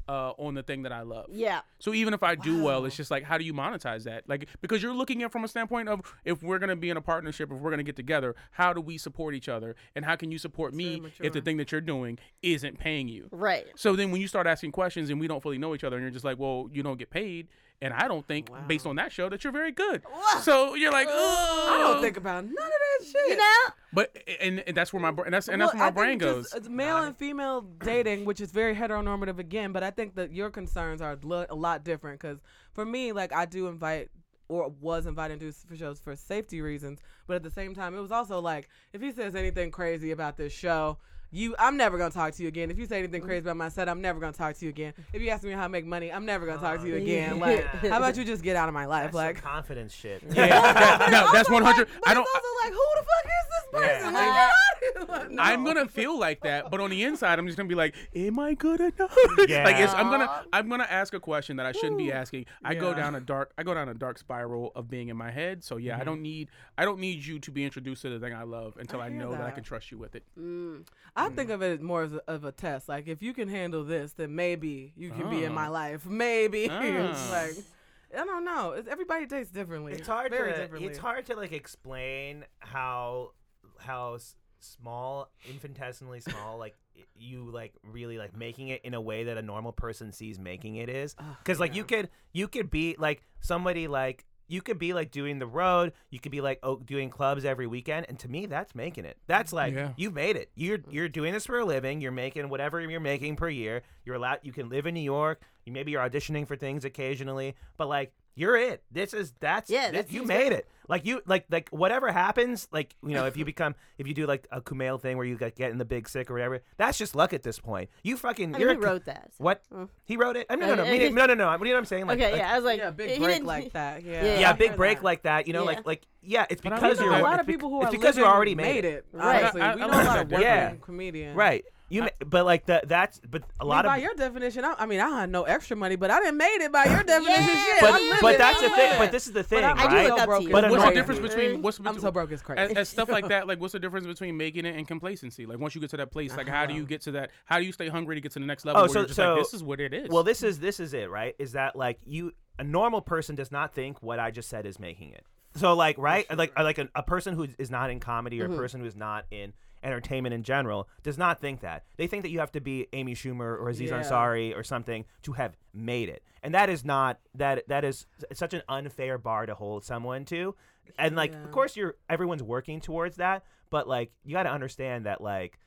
uh, on the thing that I love. Yeah. So even if I do well, it's just like how do you monetize that? Like because you're looking at it from a standpoint of if we're gonna be in a partnership, if we're gonna get together, how do we support each other, and how can you support me if the thing that you're doing isn't paying you? Right. So then when you start asking questions and we don't fully know each other, and you're just like, well, you don't get paid, and I don't think based on that show that you're very good. So you're like, oh, I don't think about none of that shit. You know. But and, and that's where my br- and that's and that's Well, where I my brain think goes. just, uh, male and female dating, which is very heteronormative again, but I think that your concerns are lo- a lot different because for me, like I do invite or was inviting dudes for shows for safety reasons, but at the same time, it was also like if he says anything crazy about this show. You, I'm never gonna talk to you again. If you say anything crazy about my set, I'm never gonna talk to you again. If you ask me how I make money, I'm never gonna talk to you again. Like, how about you just get out of my life? That's like, some confidence shit. Yeah, that- no, that's one hundred. But I don't. It's also like, who the fuck is this person? Like, get out of here. I'm No. gonna feel like that, but on the inside, I'm just gonna be like, "Am I good enough?" like, Yeah. it's, I'm gonna, I'm gonna ask a question that I shouldn't be asking. I go Yeah. down a dark, I go down a dark spiral of being in my head. So yeah, I Mm-hmm. don't need, I don't need you to be introduced to the thing I love until I, hear know that. I that. can trust you with it. I Mm. think of it more as a, of a test. Like if you can handle this, then maybe you can be in my Oh. Ah. life. Maybe it's Ah. like I don't know. It's, everybody tastes differently. It's hard Very to differently. it's hard to like explain how how s- small, infinitesimally small, like i- you like really like making it in a way that a normal person sees making it is. Because like you could you could be like somebody like you could be like doing the road. You could be like oh, doing clubs every weekend, and to me that's making it. That's like Yeah. you made it. You're you're doing this for a living. You're making whatever you're making per year. You're allowed. You can live in New York. You maybe you're auditioning for things occasionally, but like you're it. This is that's Yeah, thi- that you seems made it. Like you like like whatever happens, like you know, if you become if you do like a Kumail thing where you like, get in the big sick or whatever, that's just luck at this point. You fucking I you're mean, a he Ku- wrote that. so- what Mm. he wrote it. I mean, no, no, Okay, meaning, no, no, no. I mean, you know what I'm saying? Like, okay, like- yeah, I was like, yeah, he big break didn't- like that. Yeah. Yeah. yeah, I big heard break that. like that. You know, Yeah. like like yeah, it's But I because don't We know you're a lot it's of bec- people who it's are because you living already made, made it. it. Right. Honestly, I- I we like know a lot that of working definition. comedians. right. You ma- but like the that's but a I lot mean, of by your definition, I, I mean I had no extra money, but I didn't made it by your definition. Yeah, shit, but I'm living but that's the somewhere. thing. But this is the thing, I'm I do right? look up to broke. you. But what's annoying. the difference between what's I'm between- so broke, it's crazy. as, as stuff like that like what's the difference between making it and complacency like once you get to that place like how do you get to that how do you stay hungry to get to the next level Oh, where so- you're just so- like this is what it is Well, this is this is it, right? Is that like you a normal person does not think what I just said is making it. So like right, like like a, a person who is not in comedy Mm-hmm. or a person who is not in entertainment in general does not think that. They think that you have to be Amy Schumer or Aziz Yeah. Ansari or something to have made it, and that is not that that is such an unfair bar to hold someone to. And like, Yeah. of course, you're everyone's working towards that, but like you got to understand that like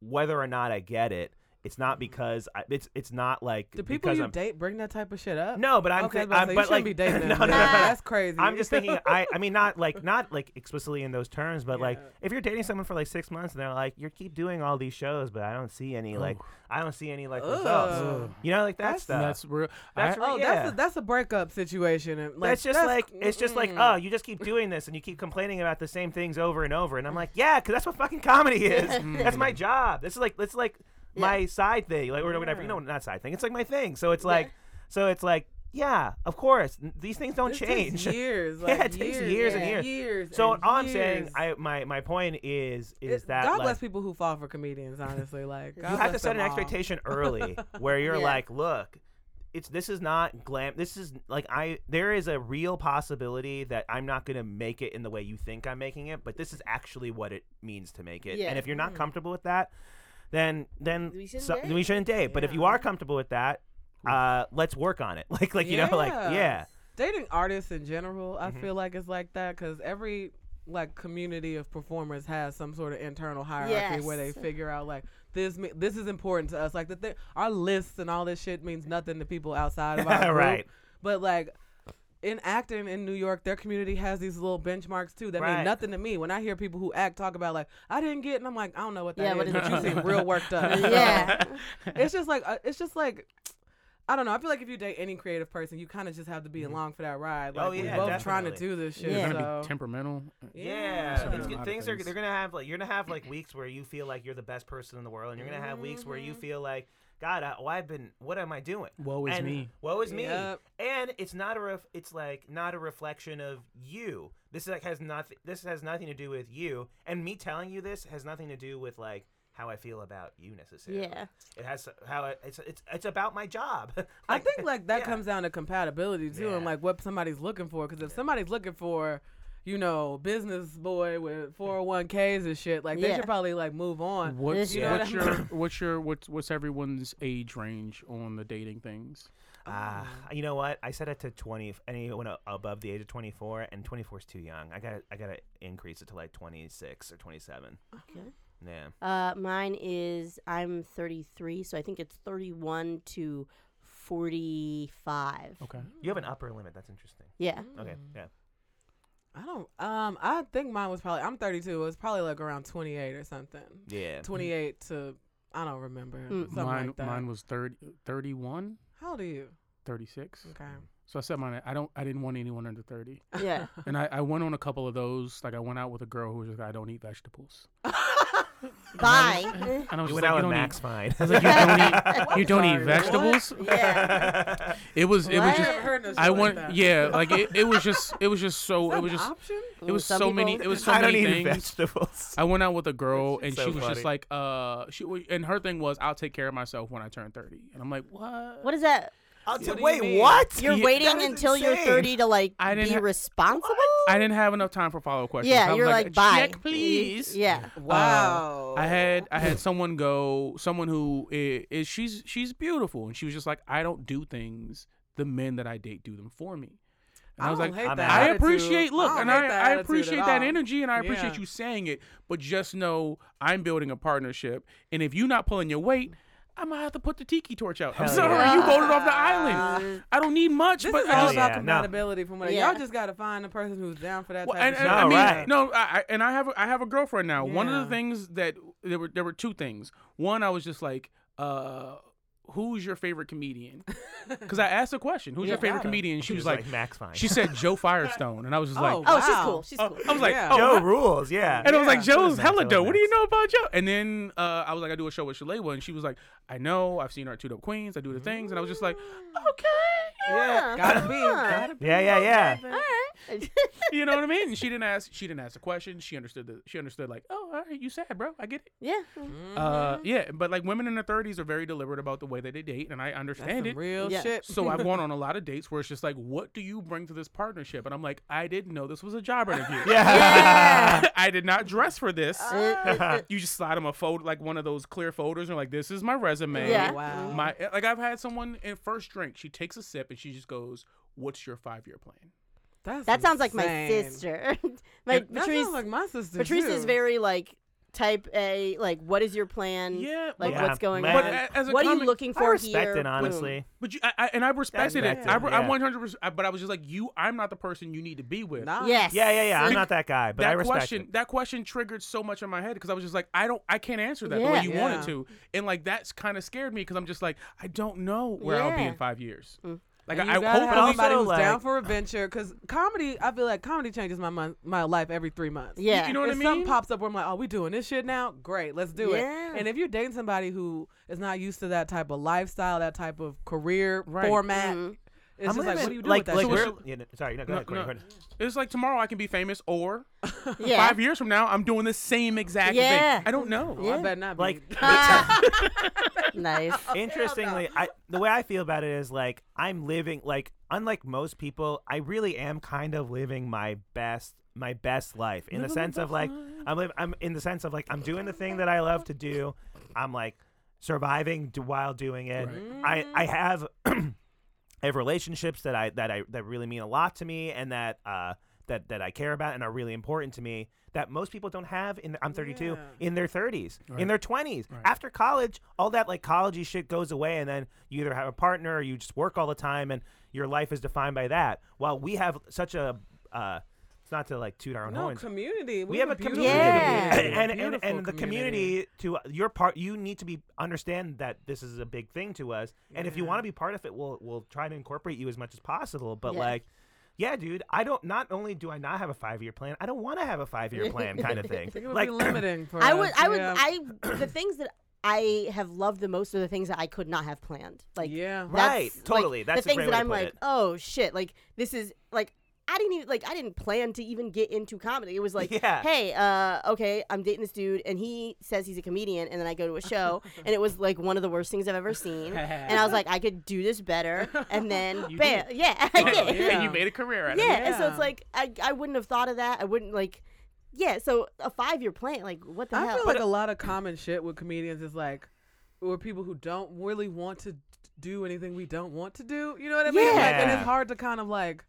whether or not I get it, it's Mm-hmm. not because I, it's it's not like do people because you I'm, date bring that type of shit up? No, but I'm okay, thi- about to I'm- say, you but, shouldn't like- be dating. No, them. no, no, Nah, no. that's crazy. I'm just thinking. I I mean, not like not like explicitly in those terms, but like Yeah. if you're dating someone for like six months and they're like, you keep doing all these shows, but I don't see any like I don't see any like results. Ugh. You know, like that That's- stuff. that's real That's I- real. Oh, Yeah. that's a, that's a breakup situation. And like, that's just like it's just like mm-mm. oh you just keep doing this and you keep complaining about the same things over and over and Mm. I'm like yeah because that's what fucking comedy is that's Mm-hmm. my job this is like that's like my side thing like or whatever you know not side thing it's like my thing so it's like so it's like yeah of course n- these things don't This change Takes years. Yeah, Like, it takes years and years. so and all I'm saying years. I my my point is is It- that God like, bless people who fall for comedians. Honestly, like God you have to bless set an them all. expectation early where you're Yeah. like look it's this is not glam this is like i there is a real possibility that i'm not going to make it in the way you think i'm making it but this is actually what it means to make it Yeah. Mm-hmm. and if you're not comfortable with that then then We shouldn't so- date. we shouldn't date but if you Yeah. are comfortable with that uh let's work on it like like you know like yeah Dating artists in general, I Mm-hmm. feel like it's like that because every like community of performers has some sort of internal hierarchy where they Yes. figure out like this me- this is important to us. Like the thing, our lists and all this shit means nothing to people outside of our group. Right. But like. In acting in New York, their community has these little benchmarks too that Right. mean nothing to me. When I hear people who act talk about like I didn't get, and I'm like I don't know what that Yeah, is, what is but it? you seem real worked up. yeah. it's just like uh, it's just like I don't know. I feel like if you date any creative person, you kind of just have to be along for that ride. Like Mm-hmm. Oh, we're yeah, both trying to definitely. do this shit. you're Yeah. gonna so. be temperamental Yeah, Yeah. it's Yeah. good- A lot of things are things. they're gonna have like you're gonna have like weeks where you feel like you're the best person in the world, and you're gonna have weeks where you Mm-hmm. feel like God, I, oh, I've been what am I doing? Woe is And me. Woe is me. Yep. And it's not a ref- it's like not a reflection of you. This is, like has nothing. This has nothing to do with you. And me telling you this has nothing to do with like how I feel about you necessarily. Yeah. It has how I, it's it's it's about my job. I Like, think like that yeah. comes down to compatibility too, and Yeah. like what somebody's looking for. Because if somebody's looking for, you know, business boy with 401ks and shit, like they Yeah. should probably like move on. what's Yeah. what's your what's your what's what's everyone's age range on the dating things Ah, Oh. you know what? I set it to twenty. Anyone a- uh, above the age of twenty four, and twenty four is too young. I got to I got to increase it to like twenty six or twenty seven. Okay. Yeah. Uh, mine is I'm 33, so I think it's 31 to 45. okay You have an upper limit. That's interesting. Yeah. Okay. Hmm. Yeah. I don't. Um, I think mine was probably I'm 32. It was probably like around 28 or something. Yeah. 28 to I don't remember Mm. something mine like that. mine was 30 31 How old are you? 36 Okay. so i said mine at- i don't i didn't want anyone under 30 Yeah. and I, I went on a couple of those like i went out with a girl who was just like i don't eat vegetables Bye. and i was just You like, went out you with don't eat Max Fine. I was like, you don't eat, you don't eat Sorry, vegetables. yeah. It was, it was What? I've just, never heard no shit I like want, that. yeah, like it, it was just, it was just so, it was Is that just, an option. it was Some so many, people- it was so I don't many eat things. vegetables. I went out with a girl It's and so she was funny. just like, uh, she wa- and her thing was, I'll take care of myself when I turn thirty, and I'm like, what? What is that? I'll What tell do you wait, mean? what? You're You- waiting that is until you're insane. 30 to like I didn't be ha- responsible. I didn't have enough time for follow up questions. I Yeah, was you're like, bye. check, please. Um, Yeah. Wow. I had I had someone go, someone who is, is she's she's beautiful, and she was just like, I don't do things. The men that I date do them for me. And Oh, I, was don't like, hate I'm that out. I attitude. appreciate look, don't and hate I, that I attitude at appreciate that all. energy, and I appreciate Yeah. you saying it. But just know I'm building a partnership, and if you're not pulling your weight, I might have to put the tiki torch out. I'm Hell sorry, yeah. you voted off the island. I don't need much, This but is I all just, yeah, about no. compatibility from what Yeah. y'all just gotta find a person who's down for that Well, type and, and of No, shit. I mean, right. no, I, I- and I have I have a girlfriend now. One of Yeah. the things that there were there were two things. One, I was just like, uh, "Who's your favorite comedian?" Because I asked a question, "Who's your Yeah. favorite Gotta. comedian?" She was like, Max Fine. "She said Joe Firestone," and I was just like, Oh, Oh, she's Wow. cool. She's uh, cool. I was like, Yeah. "Oh, Joe what?" rules, yeah. And I was Yeah. like, Joe's Who's next? hella Who's dope. What do you next?" know about Joe? And then uh, I was like, I do a show with Shalewa, and she was like, I know, I've seen her at Two Dope Queens, I do the things, and I was just like, okay, Yeah, gotta be, gotta be. Yeah, yeah, oh, yeah. you know what I mean? And she didn't ask, she didn't ask a question. She understood the, she understood like, oh, all right, you sad, bro, I get it. yeah. Mm-hmm. Uh, yeah, but like women in their thirties are very deliberate about the way that they date, and I That's understand some it. real Yeah. shit. so I've gone on a lot of dates where it's just like, what do you bring to this partnership? And I'm like, I didn't know this was a job interview. Yeah. I did not dress for this. Uh, you just slide them a fold like one of those clear folders and like this is my resume Yeah. Wow. my like i've had someone in first drink she takes a sip and she just goes what's your five year plan That's that sounds like my insane. sister. my That That Patrice. sounds like my sister. Patrice too. is very like type A. Like, what is your plan? Yeah, Like, but- what's going Yeah, on? but a- as a what are you comic- looking I for here? respect it, Boom. honestly. but you I, I, and i respected it Respect I, it, re- I yeah. 100% I- but i was just like you i'm not the person you need to be with Nah. Yes. Yeah, yeah, yeah. I'm Bec- not that guy, but that I respect question it. that question triggered so much in my head because i was just like i don't i can't answer that the way Yeah. you wanted Yeah. to and like that's kind of scared me because i'm just like i don't know where i'll be Yeah. in five years Mm. like And i, you I gotta have hopefully somebody also, who's down like- for adventure because comedy. I feel like comedy changes my mon- my life every three months. Yeah. you know what if i something mean pops up where I'm like, oh, we doing this shit now? Great, let's do Yeah. it. And if you're dating somebody who is not used to that type of lifestyle, that type of career Right. format, Mhm. it's I'm just like, what do you do like, with that like we're, shit? yeah, no, sorry, no, go No, ahead, Courtney, no. Courtney. It's like tomorrow I can be famous, or Yeah. five years from now I'm doing the same exact Yeah. thing. I don't know. Oh, I better not be. Like, Ah. nice. interestingly I, the way i feel about it is like i'm living like unlike most people i really am kind of living my best my best life in the sense of like i'm liv- i'm in the sense of like i'm doing the thing that i love to do i'm like surviving d- while doing it i i have I have relationships that I that I that really mean a lot to me and that uh that that I care about and are really important to me that most people don't have in I'm 32 in their 30s in their 20s after college all that like collegey shit goes away and then you either have a partner or you just work all the time and your life is defined by that while we have such a uh it's not to like toot our own no horns community. we have a beautiful community, Yeah. and, and, and Beautiful the community to your part you need to be understand that this is a big thing to us and if you want to be part of it we'll we'll try to incorporate you as much as possible but Yeah. like yeah dude i don't not only do i not have a five-year plan i don't want to have a five-year plan kind of thing It would like be limiting for I us, would, I would, yeah. I. The things that I have loved the most are the things that I could not have planned. Like, Yeah. that's, Right, like, totally. That's a the things great way that to I'm put like, it. oh shit, like this is like. I didn't even like. I didn't plan to even get into comedy. It was like, Yeah. hey, uh, okay, I'm dating this dude, and he says he's a comedian, and then I go to a show, and it was like one of the worst things I've ever seen. and I was like, I could do this better, and then bam, yeah, I did. yeah. and you made a career out Yeah, of it. and so it's Yeah. like I, I wouldn't have thought of that. I wouldn't like, yeah. So a five year plan, like what the I hell? feel like a lot of common shit with comedians is like, we're people who don't really want to do anything we don't want to do. You know what I mean? Like, and Yeah. it's hard to kind of like,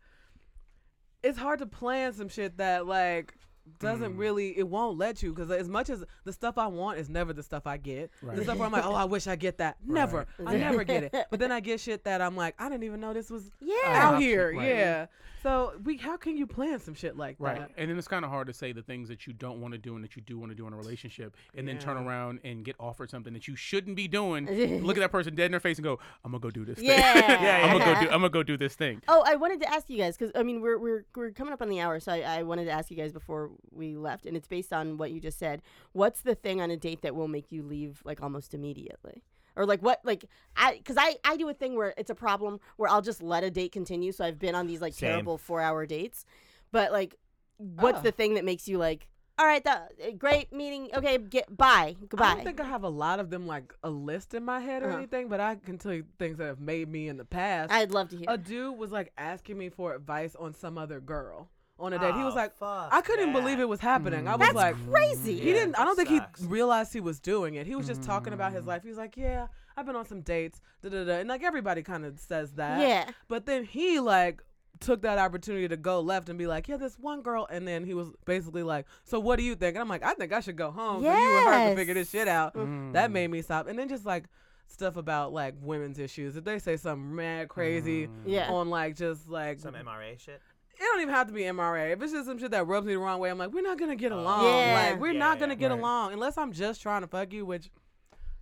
it's hard to plan some shit that like doesn't really it won't let you because as much as the stuff i want is never the stuff i get the stuff where i'm like oh i wish i get that never i never get it but then i get shit that i'm like i didn't even know this was Yeah. out here Right. yeah so we how can you plan some shit like Right. that And then it's kind of hard to say the things that you don't want to do and that you do want to do in a relationship and then turn around and get offered something that you shouldn't be doing. look at that person dead in their face and go, I'm going to go do this Yeah. thing. Yeah, I'm going to yeah. go do I'm going to go do this thing. Oh, I wanted to ask you guys because I mean we're we're we're coming up on the hour, so I, I wanted to ask you guys before we left, and it's based on what you just said. What's the thing on a date that will make you leave like almost immediately? Or like what like I because I I do a thing where it's a problem where I'll just let a date continue. So I've been on these like Same. terrible four hour dates, but like, what's the thing that makes you like all right, the great meeting. Okay, get bye, I goodbye. don't think I have a lot of them like a list in my head or Uh-huh. anything, but I can tell you things that have made me in the past. I'd love to hear. a dude was like asking me for advice on some other girl on a date. he was like, Oh, fuck I couldn't that. believe it was happening. I was That's like, crazy. He didn't. I don't think sucks. Mm. he realized he was doing it. He was just talking about his life. He was like, "Yeah, I've been on some dates, da da da," and like everybody kind of says that. Yeah. But then he like took that opportunity to go left and be like, "Yeah, this one girl," and then he was basically like, "So what do you think?" And I'm like, "I think I should go home so you and her Yes. can figure this shit out." Mm. That made me stop. And then just like stuff about like women's issues. If they say something mad crazy Yeah. on like just like Mm. Some MRA shit. it don't even have to be MRA. If it's just some shit that rubs me the wrong way, I'm like, we're not gonna get along. Yeah. Like, we're Oh, Yeah, not yeah, gonna get right. along unless I'm just trying to fuck you, which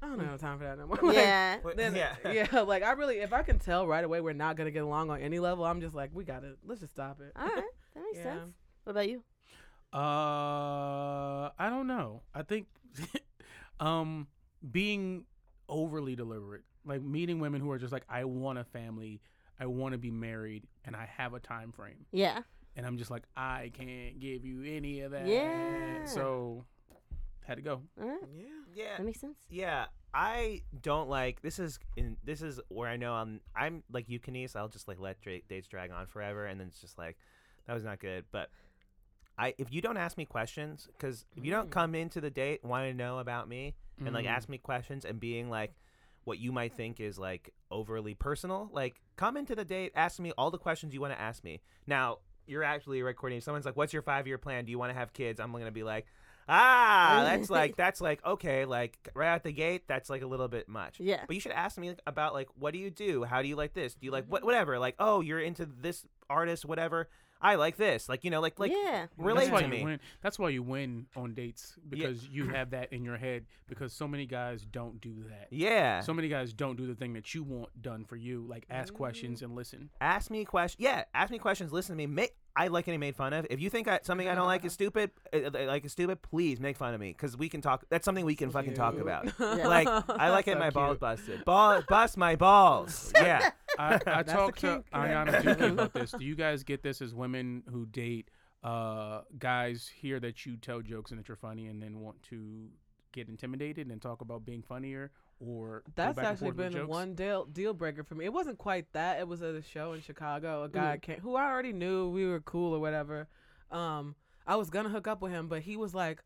I don't have time for that no more. yeah. Like, then, uh, yeah. like I really, if I can tell right away we're not gonna get along on any level, I'm just like, we gotta, let's just stop it. All right, that makes Yeah. sense. What about you? Uh, I don't know. I think, um, being overly deliberate, like meeting women who are just like, I want a family, I want to be married, and I have a time frame, Yeah. and I'm just like, I can't give you any of that. Yeah. So, had to go. All right, Yeah. Yeah. that makes sense. Yeah, I don't like this is in this is where I know I'm I'm like Eukinese, I'll just like let dra- dates drag on forever and then it's just like that was not good, but I if you don't ask me questions cuz if you Mm. don't come into the date wanting to know about me and like Mm. ask me questions and being like what you might think is like overly personal, like come into the date ask me all the questions you want to ask me. Now, you're actually recording. If someone's like, "What's your five-year plan? Do you want to have kids?" I'm gonna be like, "Ah, that's like that's like okay, like right out the gate, that's like a little bit much." Yeah. But you should ask me like, about like, what do you do? How do you like this? Do you like what? Whatever. Like, oh, you're into this artist, whatever. I like this. Like, you know, like like Yeah. that's relate why to you me. Win. That's why you win on dates because you have that in your head because so many guys don't do that. Yeah. So many guys don't do the thing that you want done for you, like ask questions and listen. ask me questions. Yeah, ask me questions. Listen to me. Make I like getting made fun of. If you think I, something I don't like is stupid, uh, uh, like is stupid, please make fun of me because we can talk. That's something we can fucking talk about. Like I like it. So My balls cute. busted. Ball bust my balls. Yeah. I, I the talked to kink, man. Ayana Duke about this. Do you guys get this as women who date uh, guys hear that you tell jokes and that you're funny and then want to get intimidated and talk about being funnier or go That's back and actually forth with been jokes? one deal deal breaker for me. It wasn't quite that. It was at a show in Chicago. A Mm. guy came who I already knew. We were cool or whatever. Um, I was gonna hook up with him, but he was like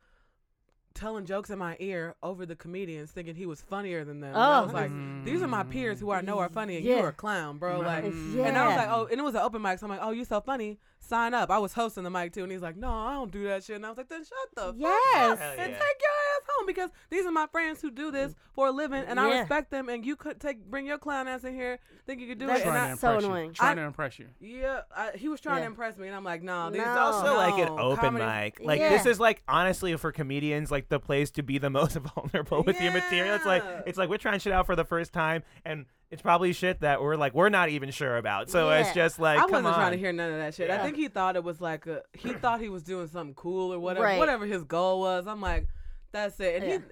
telling jokes in my ear over the comedians, thinking he was funnier than them. And I Oh. was like, these are my peers who I know are funny, and you're Yeah. a clown, bro. Like, Mm. Yeah. and I was like, oh, and it was an open mic, so I'm like, oh, you so funny. Sign up. I was hosting the mic too, and he's like, no, I don't do that shit. And I was like, then shut the fuck Yes. up Hell and yeah. take your ass home because these are my friends who do this for a living, and I Yeah. respect them. And you could take bring your clown ass in here, think you could do That's it. And trying to I, so impress annoying. you. Trying I- to impress you. yeah, I, he was trying Yeah. to impress me, and I'm like, nah, these No. are It's also like an open mic. Like this Yeah. is like honestly for comedians like the place to be the most vulnerable with your material. It's like Yeah. it's like we're trying shit out for the first time and it's probably shit that we're like we're not even sure about. So it's Yeah. just like I come wasn't on. trying to hear none of that shit. Yeah. I think he thought it was like a he thought he was doing something cool or whatever Right. whatever his goal was. I'm like, that's it. And Yeah. he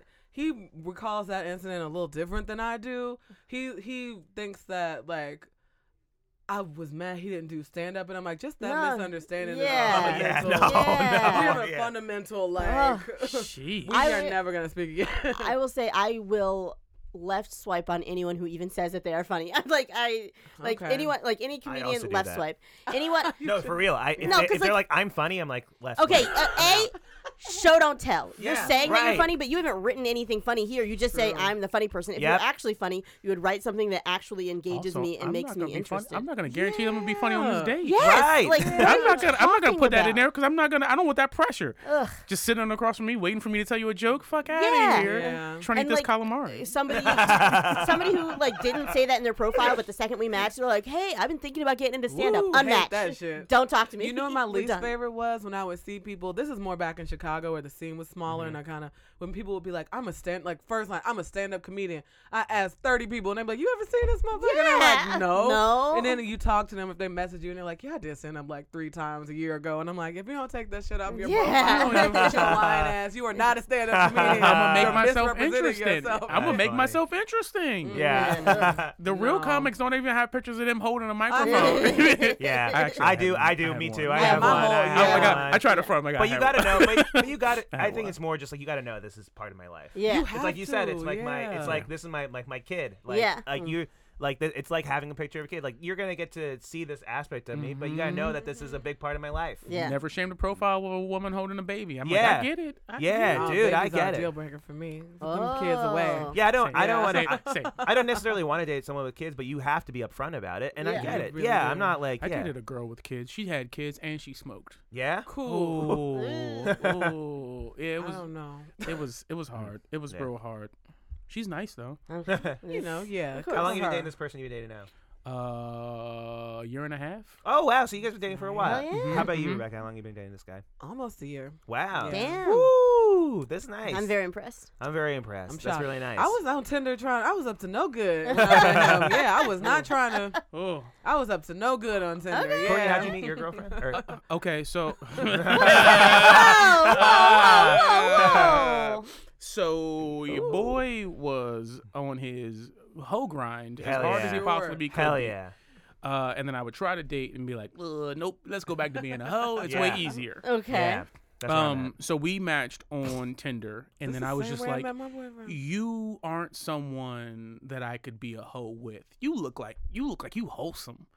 he recalls that incident a little different than I do. He he thinks that like I was mad he didn't do stand up and I'm like, just that No. misunderstanding Yeah. Oh, is a yeah, no, fundamental we Yeah. have no, a yeah. fundamental like Ugh. Jeez. we I are would- never gonna speak again. I will say I will left swipe on anyone who even says that they are funny. I'm like I like Okay. anyone like any comedian also do left that. swipe. Anyone No, for real. I if, No, they, 'cause, if they're like I'm funny, I'm like less. Okay, funny. uh, A show don't tell. Yeah, you're saying that you're right. funny, but you haven't written anything funny here. You just say True. I'm the funny person. If Yep. you're actually funny, you would write something that actually engages Also, me and I'm makes not gonna me be funny- interested. I'm not going to guarantee I'm going to be funny on this Yeah. date. Yes, Right. like Yeah. what are I'm you not gonna. I'm not gonna talking put that in about? there because I'm not gonna. I don't want that pressure. Ugh. Just sitting across from me, waiting for me to tell you a joke. Fuck out Yeah. of here. Yeah. Trying to eat And, this like, calamari. somebody somebody who like didn't say that in their profile, but the second we matched, they're like, "Hey, I've been thinking about getting into stand up. Woo, hate Unmatched. that shit. Don't talk to me. You know what my We're least done. favorite was when I would see people. This is more back in Chicago where the scene was smaller, and I Mm-hmm. kind of when people would be like, "I'm a stand like first line, I'm a stand up comedian." I asked thirty people, and they're like, "You ever seen this motherfucker?" And I'm Yeah. like, "No." No. And then you talk to them if they message you, and they're like, "Yeah, I did stand up like three times a year ago," and I'm like, "If you don't take that shit off your Yeah. profile, you your lying ass, you are not a stand up comedian. I'm gonna You're make myself misrepresenting interested. yourself." I'm gonna That's make funny. myself Mm. interesting. Yeah. The real No. comics don't even have pictures of them holding a know. microphone. yeah. Actually, I do. have- I I do. have Me one. too. I Yeah, have my one. whole- I yeah. have Oh my one. god! I tried to front. I'm Like, I But you have gotta one. know. But, But you got to I I think wa- it's more just like you got to know this is part of my life. Yeah. It's like you said. It's like my. It's like yeah. this is my like my kid. Like, Yeah. Mm. Like you. Like th- it's like having a picture of a kid. Like you're gonna get to see this aspect of me, but you gotta know that this is a big part of my life. Yeah. Never shamed a profile of a woman holding a baby. I'm like, Yeah. I get it. I Yeah, get it. Oh, dude, I babies are get a it. Deal breaker for me. Put them kids away. Oh. Yeah, I don't. I don't Yeah, want same, to. same. I don't necessarily want to date someone with kids, but you have to be upfront about it, and Yeah. I get You it. really yeah, do. I'm not like I yeah, dated a girl with kids. She had kids and she smoked. yeah. Cool. Ooh. Yeah, it I was don't know. it was it was hard. It was Yeah. real hard. She's nice though. You know, yeah. good How long for have you been her. dating this person you dating now? Uh, year and a half. Oh wow, so you guys been dating for a while. yeah. How about you, Mhm. Rebecca? How long you been dating this guy? Almost a year. Wow. Yeah. Damn. Woo! That's nice. I'm very impressed. I'm very impressed. I'm shocked. That's really nice. I was on Tinder trying. I was up to no good. when I met him. yeah, I was not trying to. Oh, I was up to no good on Tinder. Okay. Courtney, Yeah. how'd you meet your girlfriend? Or- okay. So, whoa, whoa, whoa, whoa. so your boy was on his hoe grind as Hell hard as he yeah. possibly be could. Hell be. yeah. Uh, and then I would try to date and be like, "Ugh, nope, let's go back to being a hoe. It's way Yeah. easier. Okay. Yeah. That's where I'm Um, so we matched on Tinder, and This then the I was same just way like, I met my boyfriend. you aren't someone that I could be a hoe with. You look like you look like you wholesome.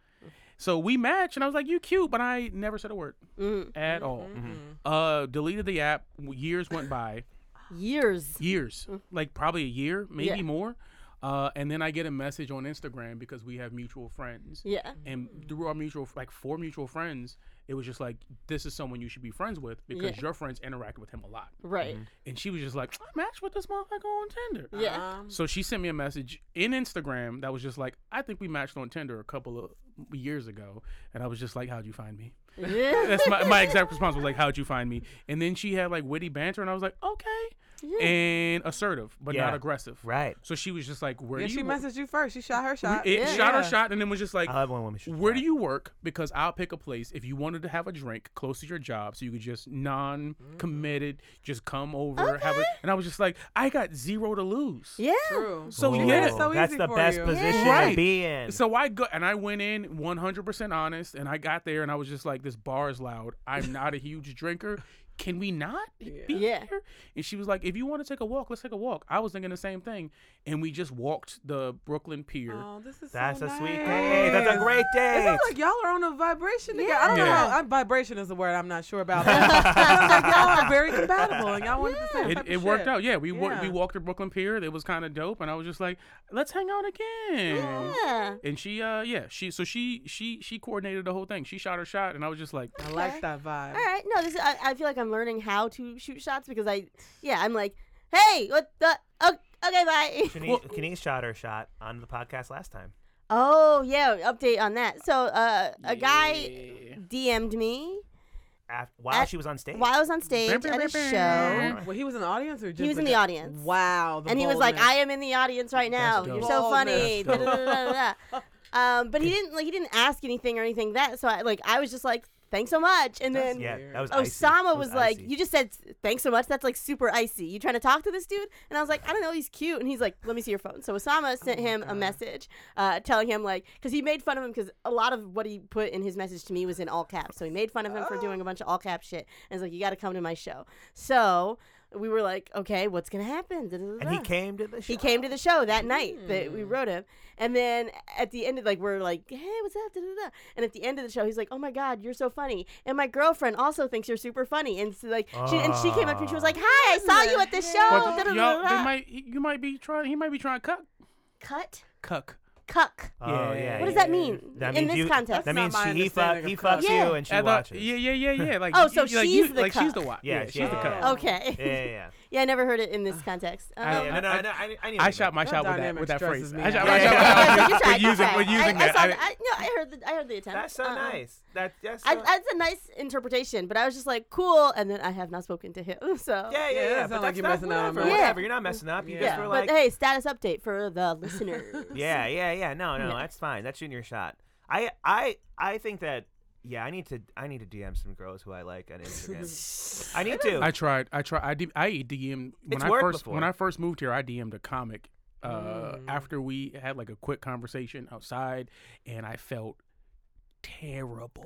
So we matched, and I was like, "You cute," but I never said a word Mm. at mm-hmm, all. Uh, deleted the app. Years went by. Years. Years, like probably a year, maybe Mm. Yeah. more. Uh, and then I get a message on Instagram because we have mutual friends. Yeah. And through our mutual, like four mutual friends, it was just like, this is someone you should be friends with because Yeah. your friends interact with him a lot. Right. Mm-hmm. And she was just like, I matched with this motherfucker on Tinder. Yeah. Um, So she sent me a message in Instagram that was just like, I think we matched on Tinder a couple of years ago. And I was just like, How'd you find me? Yeah. That's my, my exact response was like, How'd you find me? And then she had like witty banter, and I was like, Okay. And assertive, but not Yeah. aggressive. Right. So she was just like, Where yeah, do she you work? messaged you first. She shot her shot. It Yeah. shot her Yeah. shot, and then was just like, I love when women shoot Where back. do you work? Because I'll pick a place if you wanted to have a drink close to your job, so you could just non-committed, Mm-hmm. just come over, have a. And I was just like, I got zero to lose. Yeah. True. So Ooh, yeah, It's so that's easy the for best you. position Right. to be in. So I go and I went in 100% honest, and I got there and I was just like, "This bar is loud. I'm not a huge drinker. Can we not be Yeah. here?" And she was like, "If you want to take a walk, let's take a walk." I was thinking the same thing, and we just walked the Brooklyn Pier. Oh, this is that's so a sweet nice. date. That's a great It date. sounds like y'all are on a vibration together. I don't know Yeah. how uh, vibration is a word I'm not sure about. but it sounds like y'all are very compatible and y'all wanted the same it, type it of worked shit. out. Yeah, we wa- we Yeah. walked to Brooklyn Pier. It was kind of dope, and I was just like, "Let's hang out again." Yeah. And she, uh, yeah, she. So she she she coordinated the whole thing. She shot her shot, and I was just like, I like that vibe. All right. No, this I, I feel like I'm learning how to shoot shots because I, yeah, I'm like, hey, what the? Oh, okay, bye. Kenny, Kenny shot her shot on the podcast last time. Oh yeah, update on that. So uh, a guy "Yeah." DM'd me After, while At- she was on stage. while I was on stage at a show, Well, he was in the audience or just He was in like the a- audience. Wow. the and he was like, boldness. "I am in the audience right now. dope. You're so funny." That's dope. Da-da-da-da-da. Um, but he didn't like he didn't ask anything or anything that. So I like I was just like, "Thanks so much," and That's then. yeah, Weird. that was icy. Osama It was, like, icy. "You just said thanks so much. That's like super icy. You trying to talk to this dude?" And I was like, "I don't know. He's cute." And he's like, "Let me see your phone." So Osama sent him Uh-huh. a message, uh, telling him like, because he made fun of him because a lot of what he put in his message to me was in all caps. So he made fun of him for doing Oh. a bunch of all cap shit. And he's like, "You got to come to my show." So we were like, "Okay, what's gonna happen?" and he Da-da-da-da. came to the show. He came to the show that night that we wrote him. And then at the end of like we're like, hey, what's up? Da, da, da. And at the end of the show, he's like, oh my god, you're so funny. And my girlfriend also thinks you're super funny. And so like, she, and she came up to me. She was like, hi, I saw you at the show. But Da, da, da, y'all, they da, da. might, he- you might be trying. He might be trying to cuck. Cut, Cuck. cuck. Oh, Yeah. yeah. What does yeah. that mean That in means this you, context? That not means my she, he, fuck, understanding he of fucks cuck. Yeah. you and she I thought- watches. yeah, yeah, yeah, yeah. Like, Oh, you- so you- like, she's you- the like she's the cuck. Oh. watch. Yeah, Yeah, she's she's the the cuck. cuck. okay. Yeah, yeah, yeah. Yeah, I never heard it in this context. I- Um, Yeah, no, no, eh. I, I, I, knew I about shot that. my shot with that dynamic with that stresses phrase. me I shot out. my Yeah, shot yeah, yeah. with I that. was like, We're you tried, using, okay. we're using I, I that. saw I the- didn't- I- no, I heard the, I heard the attempt. That's so Uh-uh. nice. That, that's so, I, that's a nice interpretation, but I was just like, cool. And then I have not spoken to him. So yeah, yeah, Yeah, yeah. that but sound like that's you're that's messing up, whatever, man. Yeah. whatever. You're not messing up. You Yeah. just were but like, hey, status update for the listeners. yeah, yeah, yeah. No, no, that's fine. That's shooting your shot. I, I, I think that. Yeah, I need to. I need to DM some girls who I like on Instagram. I need to. I tried. I tried. I, D- I DM'd when It's I worked first before. when I first moved here. I DM'd a comic uh, after we had like a quick conversation outside, and I felt terrible.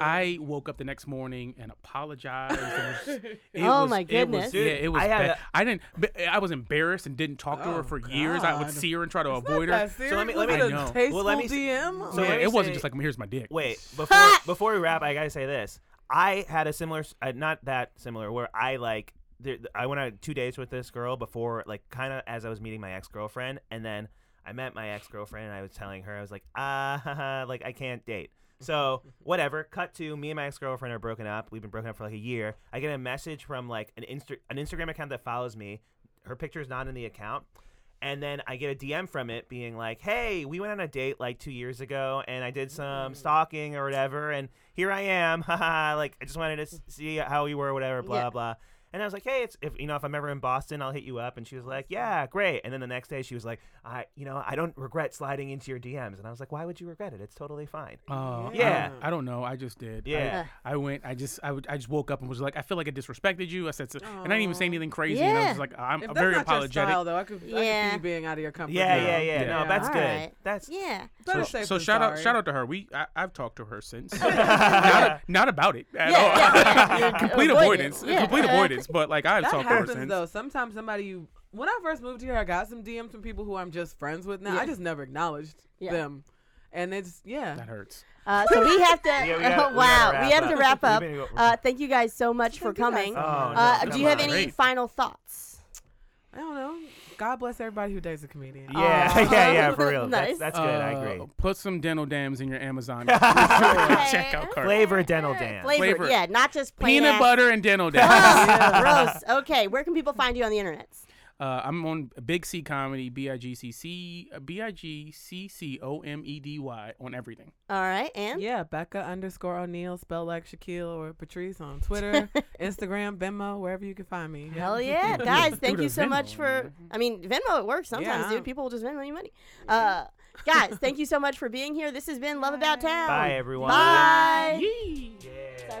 I woke up the next morning and apologized. It was- it Oh was- my It was, goodness. yeah, it was I I had bad. I I didn't. but I was embarrassed and didn't talk to her for years. I would God. see her and try to Not avoid her. that So, serious. let me- Was let me- it a I know. tasteful Well, let me see- DM. so let yeah, me it wasn't say- just like here's my dick. Wait, before before we wrap, I gotta say this. I had a similar, s- uh, not that similar, where I like, there, I went on two dates with this girl before, like, kind of as I was meeting my ex girlfriend, and then I met my ex girlfriend, and I was telling her, I was like, ah, haha, like I can't date. So whatever. Cut to me and my ex girlfriend are broken up. We've been broken up for like a year. I get a message from like an Insta- an Instagram account that follows me. Her picture's not in the account. And then I get a DM from it being like, hey, we went on a date like two years ago and I did Mm. some stalking or whatever. And here I am. Haha. like, I just wanted to s- see how you were, whatever, blah, Yeah. blah. And I was like, hey, it's, if you know, if I'm ever in Boston, I'll hit you up. And she was like, yeah, great. And then the next day she was like, I, you know, I don't regret sliding into your DMs. And I was like, why would you regret it? It's totally fine. Uh, Yeah. I Mm. don't, I don't know. I just did. I- Yeah. I, went. I just. I, would, I just woke up and was like, I feel like I disrespected you. I said, so, and I didn't even say anything crazy. And I was Yeah. just like, I'm If that's very not your apologetic. style, though, I could, I could Yeah. see you being out of your comfort Yeah, zone. yeah, yeah. Yeah. No, that's All good. right. That's Yeah. Better so safe so than shout out, sorry. shout out to her. We, I, I've talked to her since. not, not about it at Yeah, all. yeah, yeah. complete Avoid it. avoidance. Yeah. Uh, Complete avoidance. But like, I've That talked to her happens since. though. Sometimes somebody you when I first moved here, I got some DMs from people who I'm just friends with now. I just never acknowledged Yeah. them, and it's yeah. That hurts. Uh, so we have to. we gotta- we wow, gotta wrap we have to up. wrap up. We've been go- Uh, thank you guys so much for Thank you guys coming. so much. Oh, no, Uh, come do you have on. any Great. final thoughts? I don't know. God bless everybody who dates a comedian. Yeah, Aw. yeah, yeah, for real. Nice. That's, that's good. I Uh, agree. Put some dental dams in your Amazon checkout cart. Flavor dental dam. Flavor, Flavor. yeah, not just plain Peanut ass- butter and dental dams. Ugh, Gross. Okay, where can people find you on the internet? Uh, I'm on Big C Comedy, B I G C C uh, B I G C C O M E D Y on everything. All right, and Um, Yeah, Becca underscore O'Neill, spelled like Shaquille or Patrice on Twitter, Instagram, Venmo, wherever you can find me. Yeah. Hell yeah, guys! Thank the you so Venmo, much for. I mean, Venmo it works sometimes, Yeah. dude. People will just Venmo you money. Uh, guys, thank you so much for being here. This has been Love About Town. Bye, everyone. Bye. Yeah.